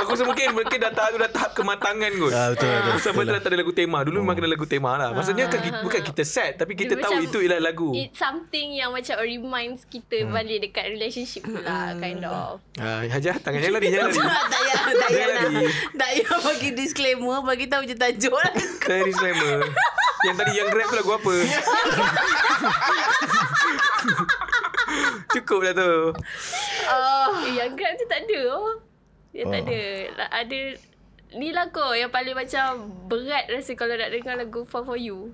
Speaker 2: Aku semungkin mungkin dah tahap tu dah tahap kematangan kot.
Speaker 4: Ah, betul, betul, betul
Speaker 2: Sampai tu
Speaker 4: lah.
Speaker 2: dah tak ada lagu tema. Dulu memang kena lagu tema lah. Maksudnya
Speaker 3: Ah,
Speaker 2: kan, ki- bukan kita set tapi kita
Speaker 3: Dia
Speaker 2: tahu
Speaker 3: macam-
Speaker 2: itu Hmm. ialah lagu.
Speaker 3: It's something yang macam reminds kita balik dekat relationship tu lah
Speaker 2: Hmm.
Speaker 3: kind of.
Speaker 2: Ah, Hajar tangan jangan lari jangan lari.
Speaker 1: Tak payah Tak payah
Speaker 2: Jangan
Speaker 1: nak
Speaker 2: lari.
Speaker 1: Tak payah bagi disclaimer Bagi tahu je tajuk lah
Speaker 2: Saya disclaimer. yang tadi yang grab tu lagu apa? Cukup dah tu.
Speaker 1: oh.
Speaker 3: Eh, yang Grab tu tak ada oh. Dia
Speaker 2: Ah.
Speaker 3: tak
Speaker 4: Oh.
Speaker 3: ada. La- Ada Ni lah kot yang paling macam berat rasa kalau nak dengar lagu Fall For You.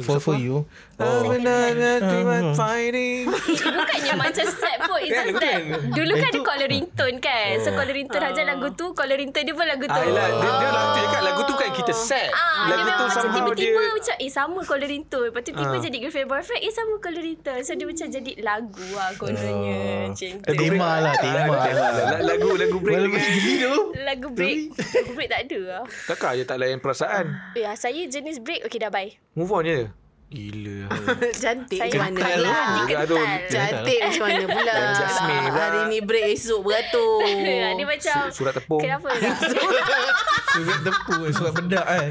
Speaker 4: For for you.
Speaker 2: Oh,
Speaker 4: Oh.
Speaker 2: I'm fighting.
Speaker 3: Bukannya macam sad pun. It's
Speaker 2: Kan,
Speaker 3: just
Speaker 2: bukan?
Speaker 3: that. Dulu kan ada
Speaker 2: Itu-
Speaker 3: caller ringtone kan. So caller ringtone Hajar lagu tu. Caller ringtone dia pun lagu tu.
Speaker 2: Ah, yelah, dia, dia lagu tu cakap lagu tu kan kita set.
Speaker 3: Ah,
Speaker 2: lagu
Speaker 3: dia
Speaker 2: tu
Speaker 3: memang macam
Speaker 2: somehow dia
Speaker 3: tiba-tiba macam eh sama caller ringtone. Lepas tu tiba
Speaker 2: Ah.
Speaker 3: jadi girlfriend boyfriend eh sama caller ringtone. So dia macam jadi lagu lah kononnya.
Speaker 4: Ah.
Speaker 3: Macam tu.
Speaker 2: Lagu
Speaker 4: Tema
Speaker 2: break.
Speaker 4: lah,
Speaker 2: Ah,
Speaker 4: tema lah.
Speaker 2: La- Lagu lagu break
Speaker 4: Walaupun
Speaker 2: dengan
Speaker 4: geli tu.
Speaker 3: Lagu break. Lagu break tak ada lah.
Speaker 2: Takkan je tak layan perasaan.
Speaker 3: Ya, saya jenis break. Okay, dah bye.
Speaker 2: Move on je. Gila.
Speaker 1: Cantik
Speaker 3: Saya
Speaker 1: macam mana
Speaker 3: tak
Speaker 1: pula.
Speaker 3: lah. Ni
Speaker 2: Kental.
Speaker 3: kental.
Speaker 1: Cantik macam mana pula.
Speaker 2: Jangan jasmin pula.
Speaker 1: Hari ni break esok beratur.
Speaker 3: Ya, Dia macam...
Speaker 2: Su- Surat tepung.
Speaker 3: Kenapa tak?
Speaker 4: Surat tepu, surat bedak kan.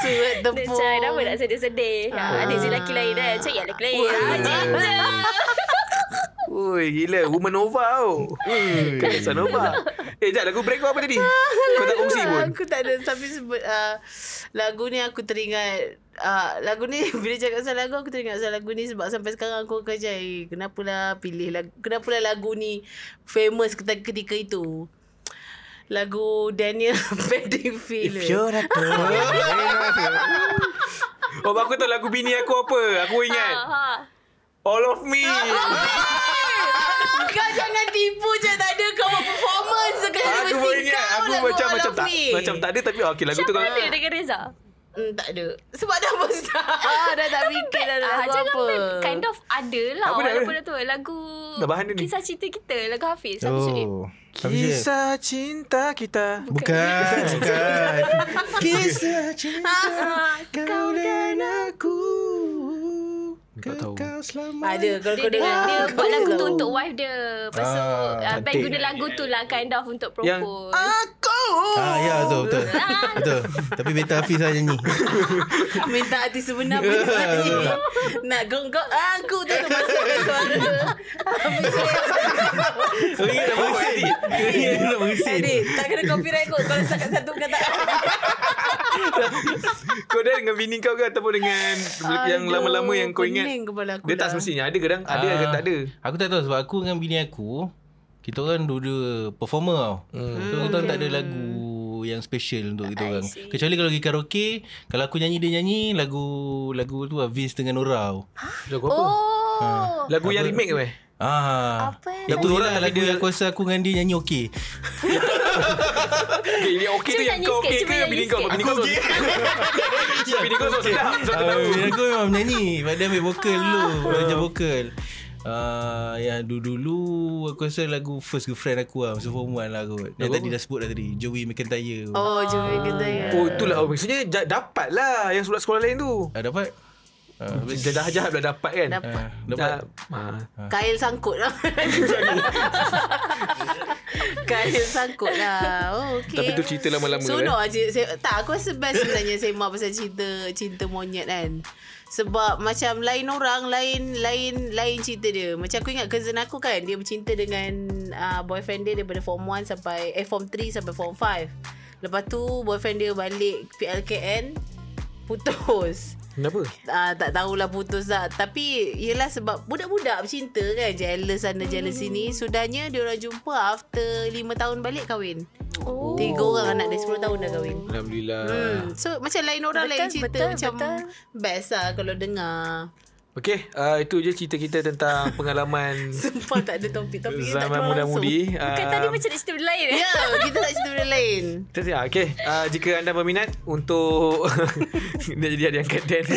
Speaker 1: Surat
Speaker 3: Dia
Speaker 1: tepung.
Speaker 3: macam kenapa nak sedih-sedih? Ha,
Speaker 1: Ah.
Speaker 3: Ada je lelaki lain kan. Macam ya lelaki
Speaker 2: Oh,
Speaker 3: lain.
Speaker 1: Wah.
Speaker 3: Ah, je, je.
Speaker 2: Ui, gila. Woman Nova tau. Hmm, Kenesa Nova. Eh, jap. Lagu break kau apa tadi? Kau tak kongsi pun.
Speaker 1: Ah, Aku tak ada Tapi sebut uh, Lagu ni aku teringat uh, Lagu ni Bila cakap pasal lagu Aku teringat pasal lagu ni Sebab sampai sekarang aku akan cakap eh, Kenapalah pilih lagu Kenapalah lagu ni Famous ketika, ketika itu Lagu Daniel Bedingfield
Speaker 2: not Oh, aku tahu lagu bini aku apa. Aku
Speaker 3: Ha,
Speaker 2: ingat.
Speaker 3: ha.
Speaker 2: All of
Speaker 1: Oh,
Speaker 2: me.
Speaker 1: Kau jangan tipu je Tak ada kau buat performance Sekarang
Speaker 2: Aku
Speaker 1: mesti
Speaker 2: pun ingat.
Speaker 1: kau
Speaker 2: Aku
Speaker 1: lagu
Speaker 2: macam
Speaker 1: All
Speaker 2: macam
Speaker 1: of
Speaker 2: tak
Speaker 1: Me.
Speaker 2: macam tak ada tapi okey lagu tu
Speaker 3: Siapa
Speaker 2: kau.
Speaker 3: ada dengan Reza?
Speaker 1: hmm, Tak ada Sebab dah pun Ah, Dah tak fikir dah
Speaker 3: Ah,
Speaker 1: lagu
Speaker 3: jangan
Speaker 1: apa
Speaker 3: pun kind of ada lah.
Speaker 2: Apa dah?
Speaker 3: Walaupun dah tu lagu...
Speaker 2: Dah bahan dia ni.
Speaker 3: Kisah cerita kita. Lagu Hafiz. Hafiz Syuib.
Speaker 4: Oh. Habis je.
Speaker 2: Kisah cinta kita.
Speaker 4: Bukan, bukan. Kisah cinta kau dan aku.
Speaker 2: Tak tahu.
Speaker 4: Kekal selama.
Speaker 1: Ada kalau
Speaker 3: Dia
Speaker 1: kau
Speaker 3: dengan dia
Speaker 1: dengar
Speaker 3: buat lagu tu
Speaker 1: tahu.
Speaker 3: untuk wife dia. Lepas tu
Speaker 4: Ah,
Speaker 3: ah, Bang
Speaker 2: cantik.
Speaker 3: guna lagu tu lah kind of untuk propose.
Speaker 2: Yang-
Speaker 1: Aku
Speaker 4: Ah, ya betul betul. betul. Tapi Beta Hafiz lah nyanyi.
Speaker 1: Minta hati sebenar pun sekali. Nak gonggong Aku tu tu masukkan suara
Speaker 2: Kau ingat nama kau tadi.
Speaker 4: Dia nak mengesin.
Speaker 1: Tadi Tak kena copyright kot Kalau setakat satu kata
Speaker 2: Kau dah dengan bini kau ke ataupun dengan yang lama-lama yang kau ingat?
Speaker 1: Pening kepala aku
Speaker 2: Dia tak
Speaker 1: dah.
Speaker 2: semestinya ada kadang ada
Speaker 4: Ah,
Speaker 2: ke tak ada.
Speaker 4: Aku tak tahu sebab aku dengan bini aku kita orang dua-dua performer tau.
Speaker 2: Hmm.
Speaker 4: So kita orang tak ada lagu yang special untuk kita
Speaker 3: I
Speaker 4: orang.
Speaker 3: see.
Speaker 4: Kecuali kalau pergi karaoke, kalau aku nyanyi dia nyanyi lagu lagu tu lah Vince dengan Nora tau.
Speaker 2: Lagu apa?
Speaker 3: Oh.
Speaker 2: Lagu yang remake eh? ke? weh?
Speaker 4: Ah.
Speaker 3: Apa eh?
Speaker 4: Yang
Speaker 2: Lagu
Speaker 4: tu
Speaker 2: Nora
Speaker 4: lah
Speaker 2: tapi
Speaker 4: lagu
Speaker 2: dia-
Speaker 4: yang aku rasa aku dengan dia nyanyi okey.
Speaker 2: Okay, dia okey tu
Speaker 3: Cuba
Speaker 2: yang
Speaker 3: nyanyi
Speaker 2: kau
Speaker 3: sikit,
Speaker 2: okey
Speaker 3: cuba
Speaker 2: ke
Speaker 3: nyanyi
Speaker 2: bini kau?
Speaker 3: sikit.
Speaker 2: Bini kau okey. Bini kau sok sedap. Sok
Speaker 4: Ah,
Speaker 2: tahu. Ah.
Speaker 4: Bini aku memang menyanyi Pada ambil vokal dulu Belajar vokal Uh, yang dulu-dulu Aku rasa lagu First Girlfriend aku lah Masa form 1 lah kot Yang tadi dah sebut lah tadi Joey McIntyre oh.
Speaker 1: Oh jumpa kita ya
Speaker 2: Oh itulah oh, Maksudnya ja- dapat lah Yang surat sekolah lain tu
Speaker 4: ah, Dapat Ah, habis-
Speaker 2: Dah dah jahat dah dapat kan
Speaker 1: Dapat.
Speaker 4: ah, Dapat
Speaker 2: Dah- ah.
Speaker 1: Kail sangkut lah Kail sangkut lah Oh okay
Speaker 2: Tapi tu cerita lama-lama
Speaker 1: So
Speaker 2: kan?
Speaker 1: no je, saya, Tak aku rasa best sebenarnya Semak pasal cinta Cinta monyet kan Sebab macam Lain orang Lain Lain Lain cerita dia Macam aku ingat cousin aku kan Dia bercinta dengan uh, Boyfriend dia Daripada form 1 sampai Eh form 3 sampai form 5 Lepas tu Boyfriend dia balik PLKN Putus
Speaker 2: Kenapa?
Speaker 1: Ah, tak tahulah putus tak Tapi Yelah sebab Budak-budak bercinta kan Jealous sana jealous
Speaker 3: Hmm.
Speaker 1: sini Sudahnya Diorang jumpa After 5 tahun balik kahwin
Speaker 3: Oh.
Speaker 1: Tiga orang anak dia 10 tahun dah kahwin
Speaker 2: Alhamdulillah
Speaker 1: hmm. So macam lain orang
Speaker 3: Betul,
Speaker 1: lain cerita
Speaker 3: betul,
Speaker 1: Macam
Speaker 3: betul.
Speaker 1: Best lah Kalau dengar
Speaker 2: Okay uh, Itu je cerita kita tentang Pengalaman
Speaker 1: Sumpah tak ada topik Topik kita tak
Speaker 2: Zaman
Speaker 1: keluar
Speaker 2: muda-mudi Ah,
Speaker 3: Ah, Bukan tadi macam nak cerita benda lain
Speaker 1: langsung.
Speaker 3: eh?
Speaker 1: Ya Kita nak cerita benda lain
Speaker 2: Terus ya, okay. Uh, jika anda berminat untuk dia jadi hadiah kat Dan.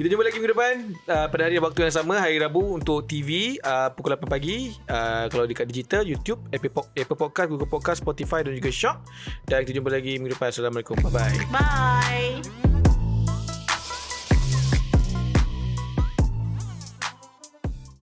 Speaker 2: Kita jumpa lagi minggu depan uh, pada hari dan waktu yang sama hari Rabu untuk TV uh, pukul 8 pagi uh, kalau dekat digital YouTube Apple, Po- Apple Podcast Google Podcast Spotify dan juga Shock dan kita jumpa lagi minggu depan Assalamualaikum bye bye
Speaker 1: Bye